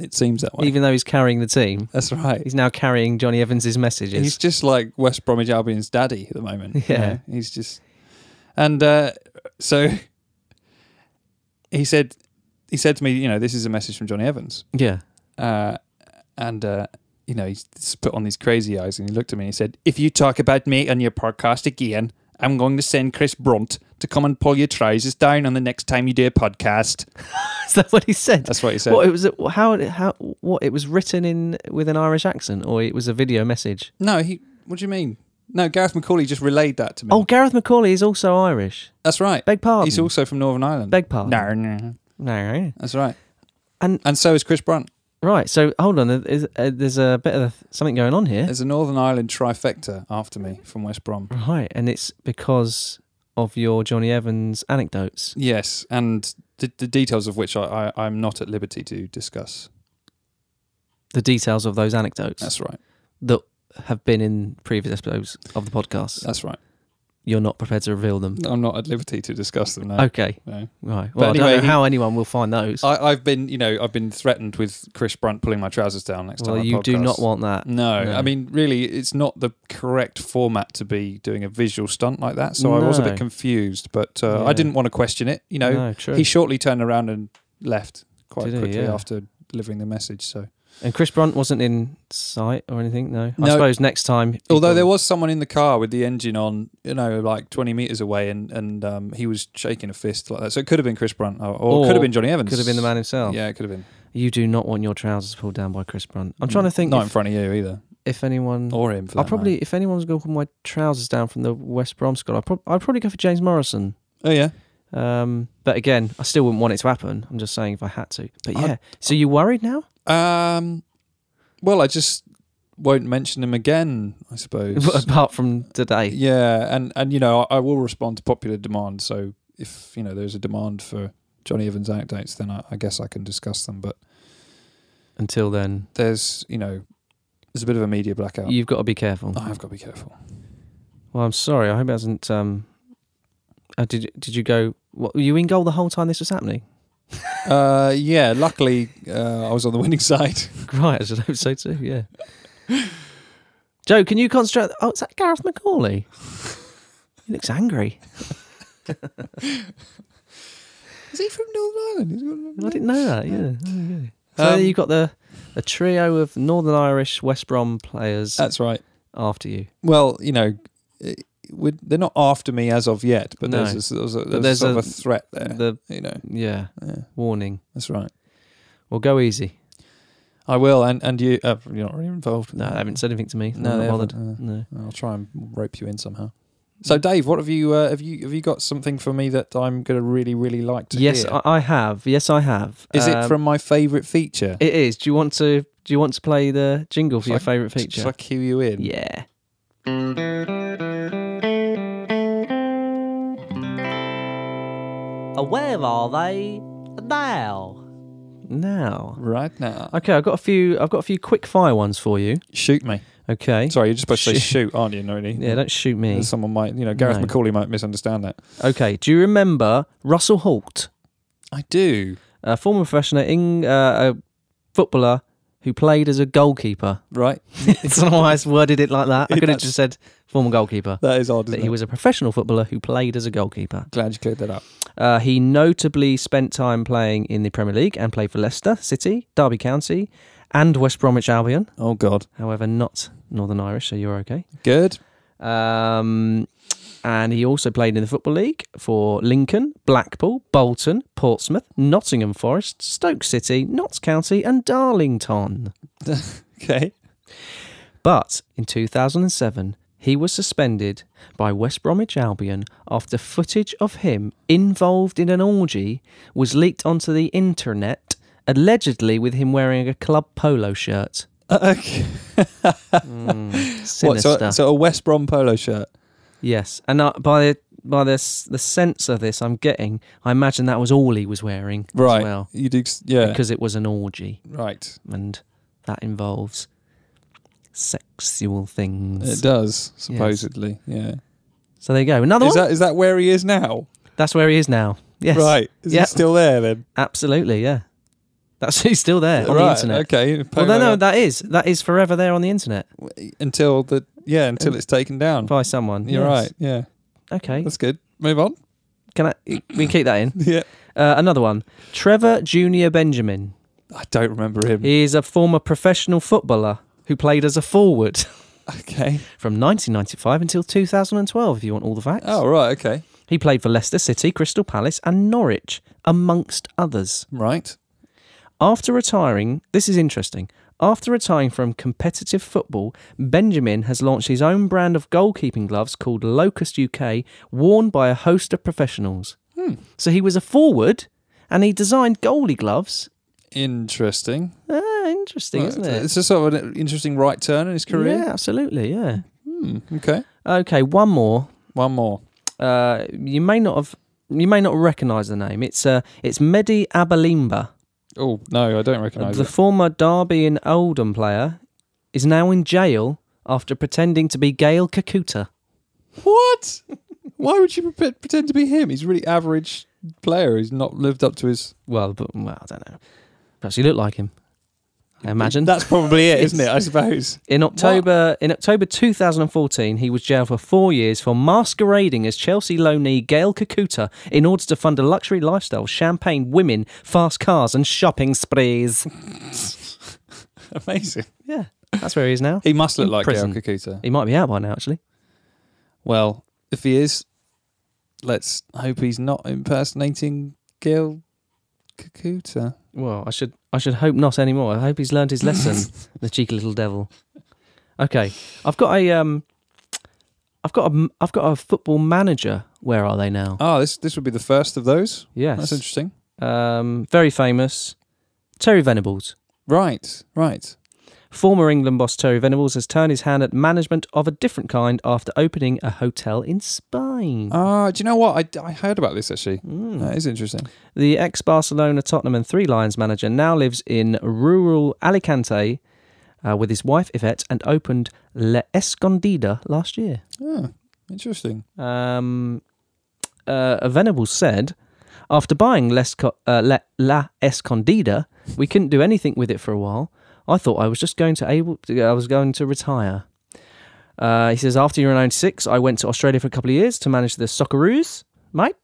A: It seems that way.
B: even though he's carrying the team.
A: that's right.
B: He's now carrying Johnny Evans' messages.
A: He's just like West Bromwich Albion's daddy at the moment. you
B: Yeah.
A: know? he's just, and uh, so he said, he said to me, you know, this is a message from Johnny Evans,
B: yeah.
A: uh, and uh, you know, he's just put on these crazy eyes, and he looked at me and he said, if you talk about me on your podcast again, I'm going to send Chris Brunt to come and pull your trousers down on the next time you do a podcast.
B: Is that what he said?
A: That's what he said.
B: what it was how how what it was written in with an Irish accent or it was a video message.
A: no, he. What do you mean? No, Gareth McCauley just relayed that to me.
B: Oh, Gareth McCauley is also Irish.
A: that's right.
B: Beg pardon.
A: He's also from Northern Ireland.
B: Beg pardon.
A: No, no, no.
B: No, no.
A: That's right.
B: And-
A: and so is Chris Brunt.
B: Right. So hold on. There's, uh, there's a bit of a, something going on here.
A: There's a Northern Ireland trifecta after me from West Brom.
B: Right, and it's because of your Johnny Evans anecdotes.
A: Yes, and the, the details of which I, I, I'm not at liberty to discuss.
B: The details of those anecdotes
A: That's right.
B: that have been in previous episodes of the podcast.
A: That's right.
B: you're not prepared to reveal them.
A: I'm not at liberty to discuss them now.
B: Okay,
A: No.
B: right. Well, I
A: anyway,
B: don't know
A: he-
B: how anyone will find those.
A: I, I've been, you know, I've been threatened with Chris Brunt pulling my trousers down next
B: well,
A: time. I
B: you do
A: podcast.
B: not want that.
A: No,
B: No.
A: I mean, really, it's not the correct format to be doing a visual stunt like that. So I was a
B: No.
A: bit confused, but uh,
B: Yeah.
A: I didn't want to question it. You know,
B: no, true.
A: he shortly turned around and left quite
B: Did he?
A: quickly
B: Yeah.
A: after delivering the message. So,
B: and Chris Brunt wasn't in sight or anything. No, I
A: No.
B: suppose next time. he
A: although there
B: probably-
A: was someone in the car with the engine on, you know, like twenty meters away, and and um, he was shaking a fist like that. So it could have been Chris Brunt, or, or,
B: Or
A: could have been Johnny Evans.
B: could have been the man himself.
A: Yeah, it could have been.
B: You do not want your trousers pulled down by Chris Brunt. I'm trying to think
A: Mm, Not in
B: if,
A: front of you either,
B: if anyone.
A: or him. For
B: I'll
A: that
B: probably if anyone's going to pull my trousers down from the West Brom squad, I'd, prob- I'd probably go for James Morrison.
A: matter. Oh yeah.
B: Um, but again, I still wouldn't want it to happen. I'm just saying if I had to. But
A: I-
B: yeah, so you worried now?
A: Um, well, I just won't mention him again, I suppose.
B: Apart from today,
A: yeah, and and you know, I, I will respond to popular demand. So if you know there's a demand for Johnny Evans act dates, then I, I guess I can discuss them. But
B: until then,
A: there's you know there's a bit of a media blackout.
B: you've got to be careful.
A: I have got to be careful.
B: Well, I'm sorry. I hope it hasn't. Um, uh, did did you go? What, were you in goal the whole time this was happening?
A: Uh, yeah, luckily uh, I was on the winning side.
B: right, I should hope so too. Yeah. Joe, can you concentrate? Oh, is that Gareth McCauley? he looks angry.
A: Is he from Northern Ireland? He's got-
B: I didn't know that. Yeah. So
A: Um,
B: you've got the a trio of Northern Irish West Brom players
A: That's right.
B: after you.
A: Well, you know. It, would- they're not after me as of yet, but
B: No.
A: there's, this- there's, a, there's,
B: there's
A: sort
B: a-
A: of a threat there.
B: The
A: you know,
B: yeah
A: yeah,
B: warning.
A: that's right.
B: Well, go easy.
A: I will, and and you, uh, you're not really involved.
B: No, they haven't said anything to me.
A: No,
B: No,
A: they
B: not bothered.
A: haven't, uh,
B: No.
A: I'll try and rope you in somehow. So, Dave, what have you uh, have you have you got something for me that I'm going to really really like to
B: Yes,
A: hear?
B: I, I have. Yes, I have.
A: Is it
B: Um,
A: from my favourite feature?
B: It is. Do you want to? Do you want to play the jingle for
A: Shall
B: your
A: I-
B: favourite feature?
A: Should I cue you in?
B: yeah.
E: Where are they now?
B: Now.
A: Right now,
B: Okay, I've got a few. I've got a few quick fire ones for you.
A: shoot me.
B: Okay.
A: Sorry, you're just supposed to say
B: Shoot.
A: shoot, aren't you? No, really?
B: Yeah, don't shoot me.
A: Someone might, you know, Gareth
B: No.
A: McCauley might misunderstand that.
B: Okay. Do you remember Russell Holt,
A: I do.
B: a former professional in uh, a footballer who played as a goalkeeper?
A: Right,
B: it's not why I worded it like that. I could have
A: That's-
B: just said former goalkeeper.
A: that is odd.
B: But
A: Isn't
B: he
A: it?
B: was a professional footballer who played as a goalkeeper.
A: Glad you cleared that up.
B: Uh, he notably spent time playing in the Premier League and played for Leicester City, Derby County, and West Bromwich Albion.
A: Oh God,
B: However, not Northern Irish, so you're okay.
A: good.
B: Um, and he also played in the Football League for Lincoln, Blackpool, Bolton, Portsmouth, Nottingham Forest, Stoke City, Notts County, and Darlington.
A: Okay.
B: But in 2007, he was suspended by West Bromwich Albion after footage of him involved in an orgy was leaked onto the internet, allegedly with him wearing a club polo shirt.
A: Uh, Okay. What,
B: Sinister.
A: so, so a West Brom polo shirt.
B: yes, and uh, by by this the sense of this I'm getting, I imagine that was all he was wearing
A: Right.
B: as well
A: You do. s- Yeah.
B: because it was an orgy
A: right.
B: and that involves sexual
A: It
B: things.
A: does supposedly.
B: so there you go. Another
A: Yeah. Is
B: one.
A: that is that where he is now?
B: That's where he is now. Yes.
A: Right. Is
B: Yeah.
A: he still there then?
B: Absolutely, yeah. That's he's still there on
A: right.
B: the internet.
A: Okay.
B: Well, no,
A: Polo-
B: no, that is that is forever there on the internet
A: until the yeah until it's taken down.
B: by someone.
A: You're
B: Um, Yes.
A: right. Yeah.
B: Okay,
A: That's good. Move on.
B: can I? We can keep that in.
A: Yeah.
B: Uh, another one. Trevor Junior Benjamin.
A: I don't remember him.
B: He is a former professional footballer who played as a forward
A: okay.
B: from 1995 until 2012. If you want all the facts,
A: Oh right. Okay.
B: he played for Leicester City, Crystal Palace, and Norwich, amongst others.
A: Right.
B: After retiring, this is interesting. After retiring from competitive football, Benjamin has launched his own brand of goalkeeping gloves called Locust UK, worn by a host of professionals.
A: Hmm.
B: So he was a forward and he designed goalie gloves.
A: Interesting.
B: Ah, interesting, isn't
A: Right.
B: it?
A: It's a sort of an interesting right turn in his
B: Yeah,
A: career. Hmm.
B: absolutely, yeah.
A: Okay.
B: Okay, one more.
A: One more.
B: Uh, you may not have you may not recognise the name. It's uh, it's Mehdi Abalimba.
A: Oh no, I don't recognise
B: The
A: it.
B: former Derby and Oldham player is now in jail after pretending to be Gail Kakuta.
A: What? Why would you pre- pretend to be him? He's a really average player. He's not lived up to his.
B: Well, but well, I don't know. Perhaps you look like him. I imagine.
A: That's probably it, isn't it? I suppose.
B: in October in October 2014, he was jailed for four years for masquerading as Chelsea loanee Gail Kakuta in order to fund a luxury lifestyle, of champagne, women, fast cars, and shopping sprees.
A: Amazing.
B: Yeah, that's where he is now.
A: He must look
B: In
A: like Gail
B: prison.
A: Kakuta.
B: He might be out by now, actually.
A: Well, if he is, let's hope he's not impersonating Gail Kakuta.
B: Well, I should I should hope not anymore. I hope he's learned his lesson, the cheeky little devil. Okay, I've got a um, I've got a I've got a football manager. Where are they now?
A: Ah, this this would be the first of those.
B: yes,
A: That's interesting.
B: um, very famous. Terry Venables,
A: Right, right.
B: former England boss Terry Venables, has turned his hand at management of a different kind after opening a hotel in Spain.
A: Ah, do you know what? I, I heard about this actually.
B: Mm.
A: That is interesting.
B: The ex Barcelona, Tottenham, and Three Lions manager now lives in rural Alicante uh, with his wife Yvette and opened La Escondida last year.
A: Ah, interesting.
B: Um, uh, Venables said, After buying Les Co- uh, La, La Escondida, we couldn't do anything with it for a while. I thought I was just going to able to, I was going to retire. Uh, he says, after year 96, I went to Australia for a couple of years to manage the Socceroos, mate,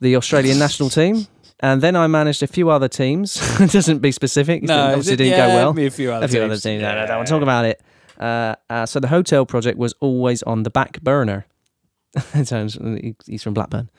B: the Australian national team. And then I managed a few other teams. it doesn't be specific. It obviously
A: it-
B: didn't
A: yeah,
B: go well.
A: me A few other
B: A few other
A: teams.
B: teams. No, no, don't want to talk about it. Uh, uh, so the hotel project was always on the back burner. so he's- he's from Blackburn.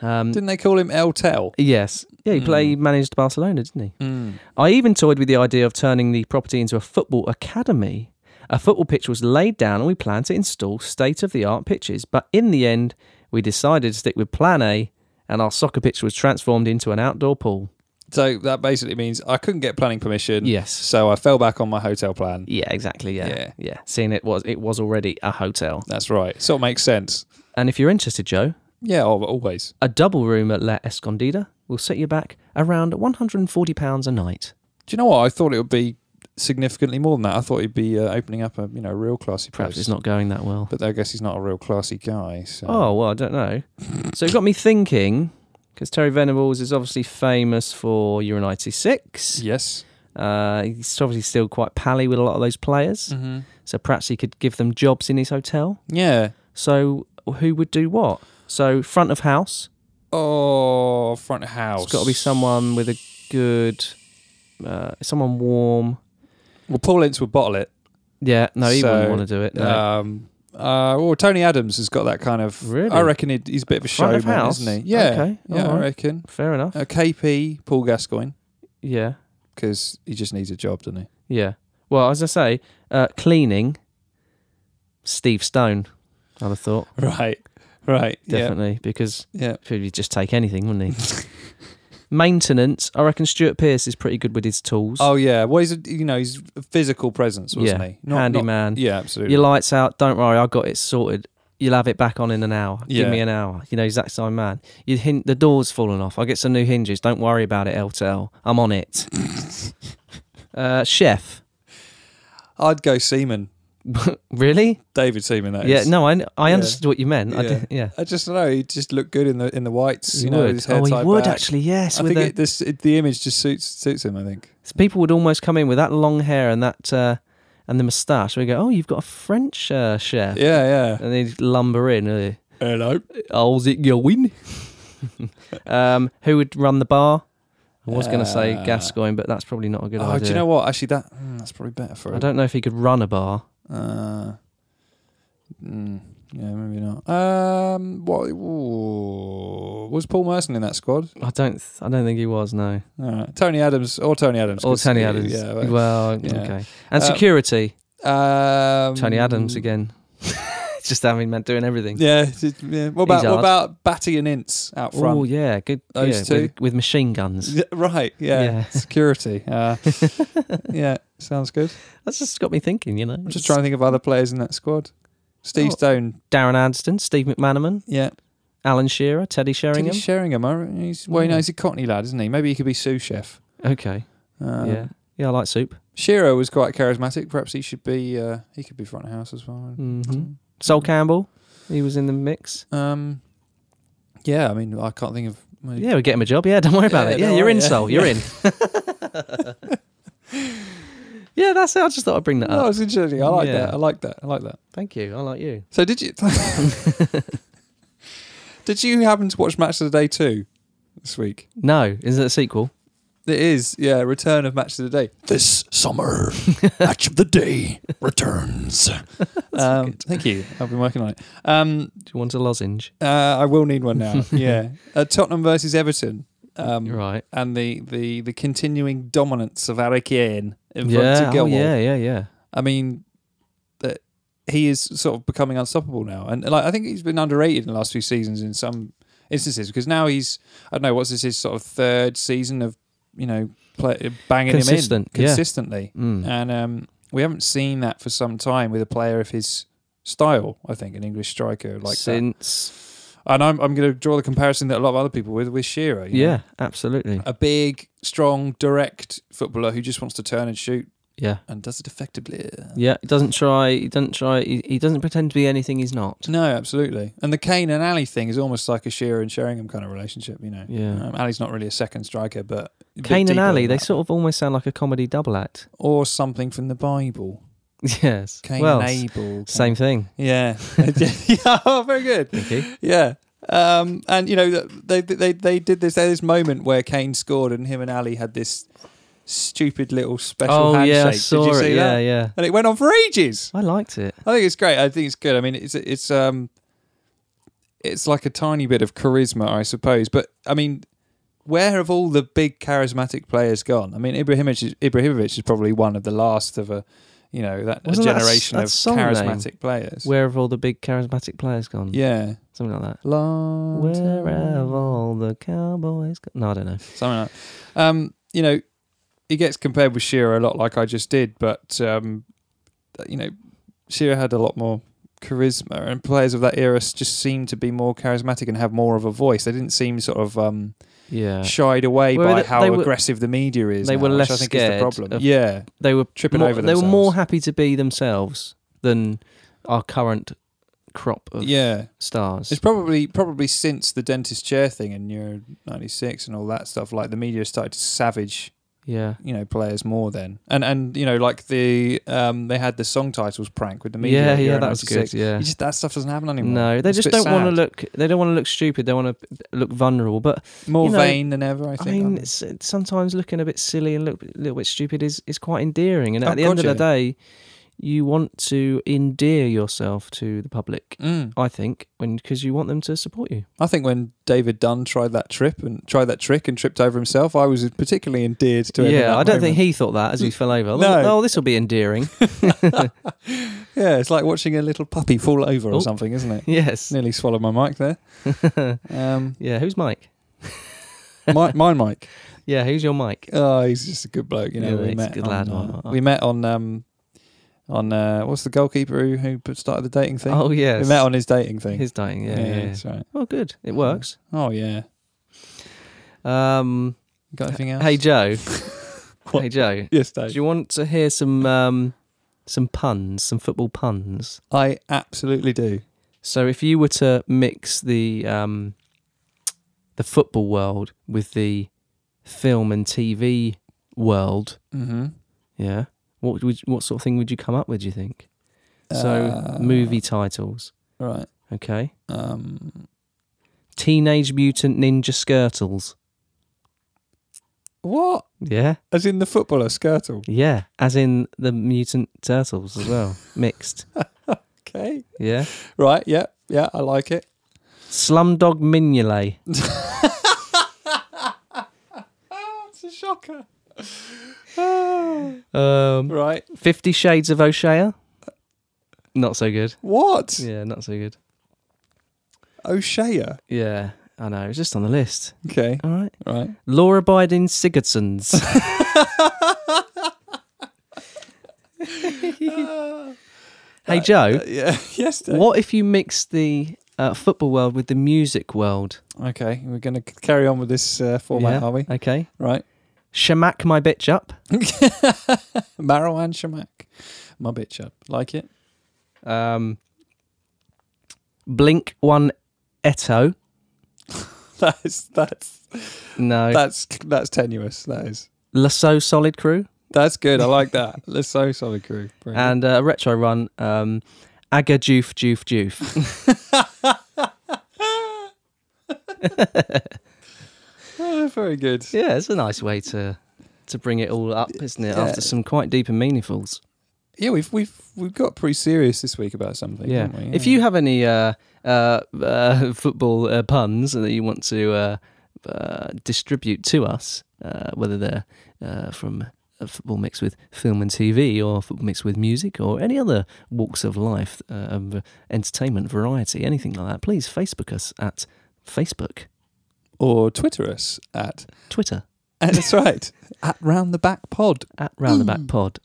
B: Um,
A: Didn't they call him El Tel?
B: yes. Yeah, he played, he managed Barcelona, didn't he? I even toyed with the idea of turning the property into a football academy. A football pitch was laid down and we planned to install state of the art pitches, but in the end, we decided to stick with plan A and our soccer pitch was transformed into an outdoor pool.
A: So that basically means I couldn't get planning permission.
B: Yes.
A: So I fell back on my hotel plan.
B: Yeah, exactly. Yeah.
A: Yeah.
B: Yeah. Seeing it was it was already a hotel.
A: That's right. Sort of makes sense.
B: And if you're interested, Joe,
A: Yeah, al- always.
B: a double room at La Escondida will set you back around £140 a night.
A: Do you know what? I thought it would be significantly more than that. I thought he'd be uh, opening up a you know real classy
B: Perhaps
A: place.
B: it's not going that well.
A: But I guess he's not a real classy guy. So.
B: Oh, well, I don't know. so it got me thinking, because Terry Venables is obviously famous for Euro 96.
A: Yes.
B: Uh, he's obviously still quite pally with a lot of those players. So perhaps he could give them jobs in his hotel.
A: Yeah.
B: So who would do what? So front of house,
A: Oh, front of house.
B: it's got to be someone with a good, uh, someone warm.
A: Well, Paul Ince would bottle it.
B: Yeah, no, he
A: So,
B: wouldn't want to do it. No.
A: Um, uh, well, Tony Adams has got that kind of.
B: Really?
A: I reckon he'd, he's a bit of a
B: Front
A: showman,
B: of house?
A: isn't he? Yeah.
B: Okay,
A: Yeah, I
B: alright.
A: reckon.
B: Fair enough.
A: Uh, KP, Paul Gascoigne,
B: Yeah,
A: because he just needs a job, doesn't he?
B: yeah. Well, as I say, uh, cleaning. Steve Stone, I'd have thought
A: Right. Right.
B: definitely because
A: Yeah. yeah.
B: he'd just take anything, wouldn't he? Maintenance. I reckon Stuart Pearce is pretty good with his tools.
A: Oh yeah. Well, he's a, you know he's a physical presence, wasn't
B: Yeah.
A: he?
B: Handyman.
A: yeah, absolutely.
B: Your lights out. Don't worry, I got it sorted. You'll have it back on in an hour.
A: Yeah.
B: Give me an hour. You know, exact same man. You hin- the door's fallen off. I get some new hinges. Don't worry about it, Eltel. I'm on it. uh, chef.
A: I'd go Seaman,
B: really?
A: David Seaman. That
B: Yeah.
A: is.
B: No, I, I understood what you meant. I
A: Yeah.
B: did, yeah.
A: I just don't know. He just looked good in the in the whites. You,
B: You
A: know,
B: would.
A: his hair
B: oh, he
A: tied
B: would
A: back.
B: actually. Yes,
A: I
B: with
A: think
B: the,
A: it, this it, the image just suits suits him. I think.
B: people would almost come in with that long hair and that uh, and the moustache. We go, oh, you've got a French uh, chef,
A: Yeah, yeah.
B: and they lumber in. Uh,
A: Hello.
B: How's it going? um, who would run the bar? I was going to say
A: Uh,
B: Gascoigne, but that's probably not a good
A: Oh,
B: idea.
A: do you know what? Actually, that mm, that's probably better for
B: I
A: him.
B: don't know if he could run a bar.
A: Uh, mm, yeah, maybe not. Um, what ooh, was Paul Merson in that squad?
B: I don't. Th- I don't think he was. No.
A: All right. Tony Adams or Tony Adams?
B: Or
A: 'cause
B: Tony
A: he-
B: Adams.
A: Yeah.
B: well,
A: well, yeah.
B: okay. And
A: Uh,
B: security.
A: um,
B: Tony Adams again. Just having man doing everything.
A: Yeah, just- yeah. What about
B: He's
A: what
B: hard.
A: about Batty and Ince out front?
B: Oh yeah, good.
A: Those
B: yeah,
A: two.
B: With, with machine guns.
A: Yeah, Right. Yeah.
B: Yeah.
A: Security. Uh, yeah. Sounds good.
B: That's just got me thinking. You know,
A: I'm just trying to think of other players in that squad. Steve
B: Oh.
A: Stone.
B: Darren Adston, Steve McManaman,
A: Yeah.
B: Alan Shearer, Teddy Sheringham. Hmm.
A: Teddy Sheringham. I re- He's, well, you know, he's a Cockney lad, isn't he? Maybe he could be sous chef.
B: okay.
A: Um,
B: yeah. Yeah, I like soup.
A: Shearer was quite charismatic. Perhaps he should be. Uh, he could be front of house as well.
B: hmm Mm-hmm. Sol Campbell. He was in the mix.
A: Um, yeah, I mean, I can't think of. well,
B: Yeah, we get him a job. Yeah, don't worry about
A: Yeah,
B: it. Yeah,
A: don't
B: you're
A: worry,
B: in,
A: yeah.
B: Sol. You're in. yeah, that's it. I just thought I'd bring that
A: No,
B: up.
A: Oh, it's interesting. I like
B: Uh, Yeah.
A: that. I like that. I like that.
B: Thank you. I like you.
A: So did you? did you happen to watch Match of the Day two this week?
B: No, is it a sequel?
A: It is, yeah, return of Match of the Day this summer. Match of the Day returns. um, thank you. I've been working on it. Um,
B: Do you want a lozenge?
A: uh, I will need one now. yeah, uh, Tottenham versus Everton. Um,
B: Right.
A: And the, the, the continuing dominance of Harry Kane in front
B: Yeah.
A: of
B: Oh,
A: Gilmore.
B: yeah. Yeah. Yeah.
A: I mean, that he is sort of becoming unstoppable now, and like I think he's been underrated in the last few seasons in some instances because now he's I don't know what's this his sort of third season of you know play, banging
B: Consistent,
A: him in
B: yeah.
A: consistently,
B: Mm.
A: and um, we haven't seen that for some time with a player of his style. I think an English striker like that,
B: Since.
A: and I'm I'm going to draw the comparison that a lot of other people with with Shearer. you know?
B: Yeah. Absolutely.
A: a big, strong, direct footballer who just wants to turn and shoot
B: Yeah.
A: and does it effectively.
B: Yeah. He doesn't try. He doesn't try. He, he doesn't pretend to be anything he's not.
A: No, absolutely. And the Kane and Ali thing is almost like a Shearer and Sheringham kind of relationship, you know.
B: Yeah.
A: Um, Ali's not really a second striker, but a bit
B: Kane and
A: deeper
B: Ali,
A: than
B: they
A: that.
B: sort of almost sound like a comedy double act.
A: or something from the Bible.
B: Yes.
A: Cain
B: well,
A: and
B: s-
A: Abel.
B: same thing.
A: Yeah. yeah. Oh, very good.
B: Nicky.
A: Yeah. Um, and you know they they they did this. They had this moment where Kane scored, and him and Ali had this stupid little special
B: Oh
A: handshake.
B: yeah, I saw
A: did you see
B: it.
A: that?
B: Yeah, yeah.
A: And it went on for ages.
B: I liked it.
A: I think it's great. I think it's good. I mean, it's it's um, it's like a tiny bit of charisma, I suppose. But I mean, where have all the big charismatic players gone? I mean, Ibrahimovic is, Ibrahimovic is probably one of the last of a, you know, that a
B: Wasn't that a s-
A: generation
B: that
A: of
B: song name?
A: charismatic players.
B: Where have all the big charismatic players gone?
A: yeah,
B: Something like that.
A: long
B: Where have all the cowboys gone? No, I don't know.
A: something like. That. Um, you know, he gets compared with Shearer a lot, like I just did. But um, you know, Shearer had a lot more charisma, and players of that era s- just seemed to be more charismatic and have more of a voice. They didn't seem sort of um,
B: Yeah.
A: shied away
B: Well,
A: by
B: they-
A: how
B: they were-
A: aggressive the media is.
B: they
A: now,
B: were
A: which
B: less
A: I think is the
B: scared
A: problem.
B: of-
A: yeah,
B: They were
A: tripping
B: more,
A: over
B: They were
A: themselves.
B: more happy to be themselves than our current crop of
A: yeah.
B: stars.
A: It's probably probably since the dentist chair thing in Euro '96 and all that stuff. Like the media started to savage
B: yeah.
A: you know players more then and and you know like the um they had the song titles prank with the media
B: Yeah,
A: at
B: yeah,
A: Euro
B: that was good,
A: 96.
B: yeah.
A: You just, that stuff doesn't happen anymore
B: No, they
A: It's a
B: just
A: bit
B: don't want to
A: sad.
B: look. They don't want to look stupid. They want to look vulnerable. But
A: more
B: you know,
A: vain than ever i
B: I
A: think
B: mean,
A: aren't
B: it's, sometimes looking a bit silly and look a little bit stupid is, is quite endearing. And
A: Oh,
B: at the
A: God,
B: end of the
A: yeah.
B: day, you want to endear yourself to the public.
A: they? Mm.
B: I think when because you want them to support you.
A: I think when David Dunn tried that trip and tried that trick and tripped over himself, I was particularly endeared to him.
B: yeah, I don't think he thought that as he fell over.
A: Mm. No.
B: Oh, this will be endearing.
A: he. Yeah, it's like watching a little puppy fall over
B: Oh.
A: or something, isn't it?
B: yes.
A: Nearly swallowed my mic there. Um,
B: Yeah. Who's Mike?
A: my, mine, Mike.
B: Yeah. Who's your Mike?
A: Oh, he's just a good bloke, you know.
B: Yeah,
A: we
B: he's a
A: met
B: good
A: on,
B: lad,
A: uh,
B: Mark.
A: we met on um, on uh, what's the goalkeeper who, who put- started the dating thing?
B: Oh yes.
A: We met on his dating thing.
B: his dying. Yeah. yeah, yeah.
A: that's right.
B: Well, good. It works.
A: Oh yeah.
B: Um.
A: You got anything else?
B: Hey Joe.
A: What?
B: hey Joe.
A: yes,
B: Do
A: Dave.
B: you want to hear some um some puns, some football puns?
A: I absolutely do.
B: So if you were to mix the um, the football world with the film and TV world,
A: Mm-hmm.
B: yeah, what would what sort of thing would you come up with? Do you think? So
A: Uh,
B: movie titles,
A: Right.
B: okay?
A: Um,
B: Teenage Mutant Ninja Skirtles,
A: what?
B: yeah,
A: As in the footballer Skirtle?
B: yeah, as in the mutant turtles as well, mixed,
A: Okay.
B: yeah.
A: Right. Yeah. Yeah. I like it.
B: Slumdog Minulet,
A: That's a shocker.
B: um,
A: Right.
B: Fifty Shades of O'Shea, not so good.
A: What?
B: Yeah, not so good.
A: O'Shea.
B: Yeah, I know. It's just on the list.
A: Okay.
B: All right.
A: Right.
B: Law abiding Sigurdsons. hey, Joe,
A: Uh, Yeah. yes. Dave.
B: what if you mix the uh, football world with the music world?
A: Okay. We're going to carry on with this uh, format, are we?
B: Okay.
A: Right.
B: Shamak my bitch up.
A: Marouane Shamak. My bitch up. Like it.
B: Um, Blink One Eto.
A: That's that's
B: No.
A: that's that's tenuous. That is.
B: Lasso Solid Crew.
A: That's good. I like that. That's so solid crew. Brilliant.
B: And uh, a retro run, um, Aga Joof Joof Joof.
A: Oh, very good.
B: yeah, it's a nice way to to bring it all up, isn't it? After some quite deep and meaningfuls.
A: Yeah, we've we've we've got pretty serious this week about something.
B: Yeah.
A: Haven't we?
B: If you have any uh, uh, uh, football uh, puns that you want to uh, uh, distribute to us, uh, whether they're uh, from uh, football mixed with film and TV, or football mixed with music, or any other walks of life, uh, of entertainment variety, anything like that, please Facebook us at Facebook,
A: or Twitter us at
B: Twitter
A: and that's right at Round the Back Pod.
B: at Round the Back Pod.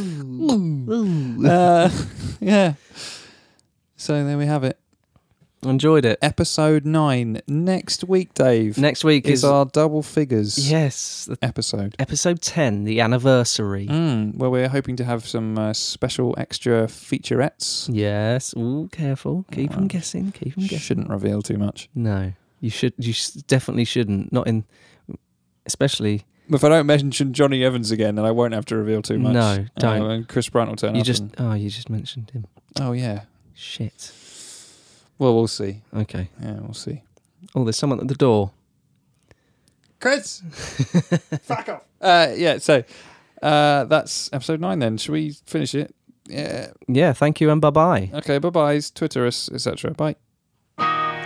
A: Uh, yeah. So there we have it.
B: Enjoyed it.
A: Episode nine next week, Dave.
B: Next week
A: is
B: is,
A: our double figures
B: yes the-
A: episode.
B: episode ten, the anniversary.
A: Mm, where we're hoping to have some uh, special extra featurettes.
B: Yes. Ooh, careful. Keep
A: Ah.
B: them guessing. Keep them guessing.
A: Shouldn't reveal too much.
B: No, you should. You s- definitely shouldn't. Not in, especially.
A: If I don't mention Johnny Evans again, then I won't have to reveal too much.
B: No, don't.
A: Uh, and Chris Bryant will turn
B: you
A: up.
B: just.
A: and-
B: Oh, you just mentioned him.
A: oh yeah.
B: Shit.
A: Well, we'll see.
B: Okay.
A: Yeah, we'll see.
B: Oh, there's someone at the door.
A: Chris, fuck off. Uh, yeah. So uh, that's episode nine. Then should we finish it? Yeah.
B: Yeah. Thank you and bye bye.
A: Okay. Bye byes. Twitter us, etc. Bye.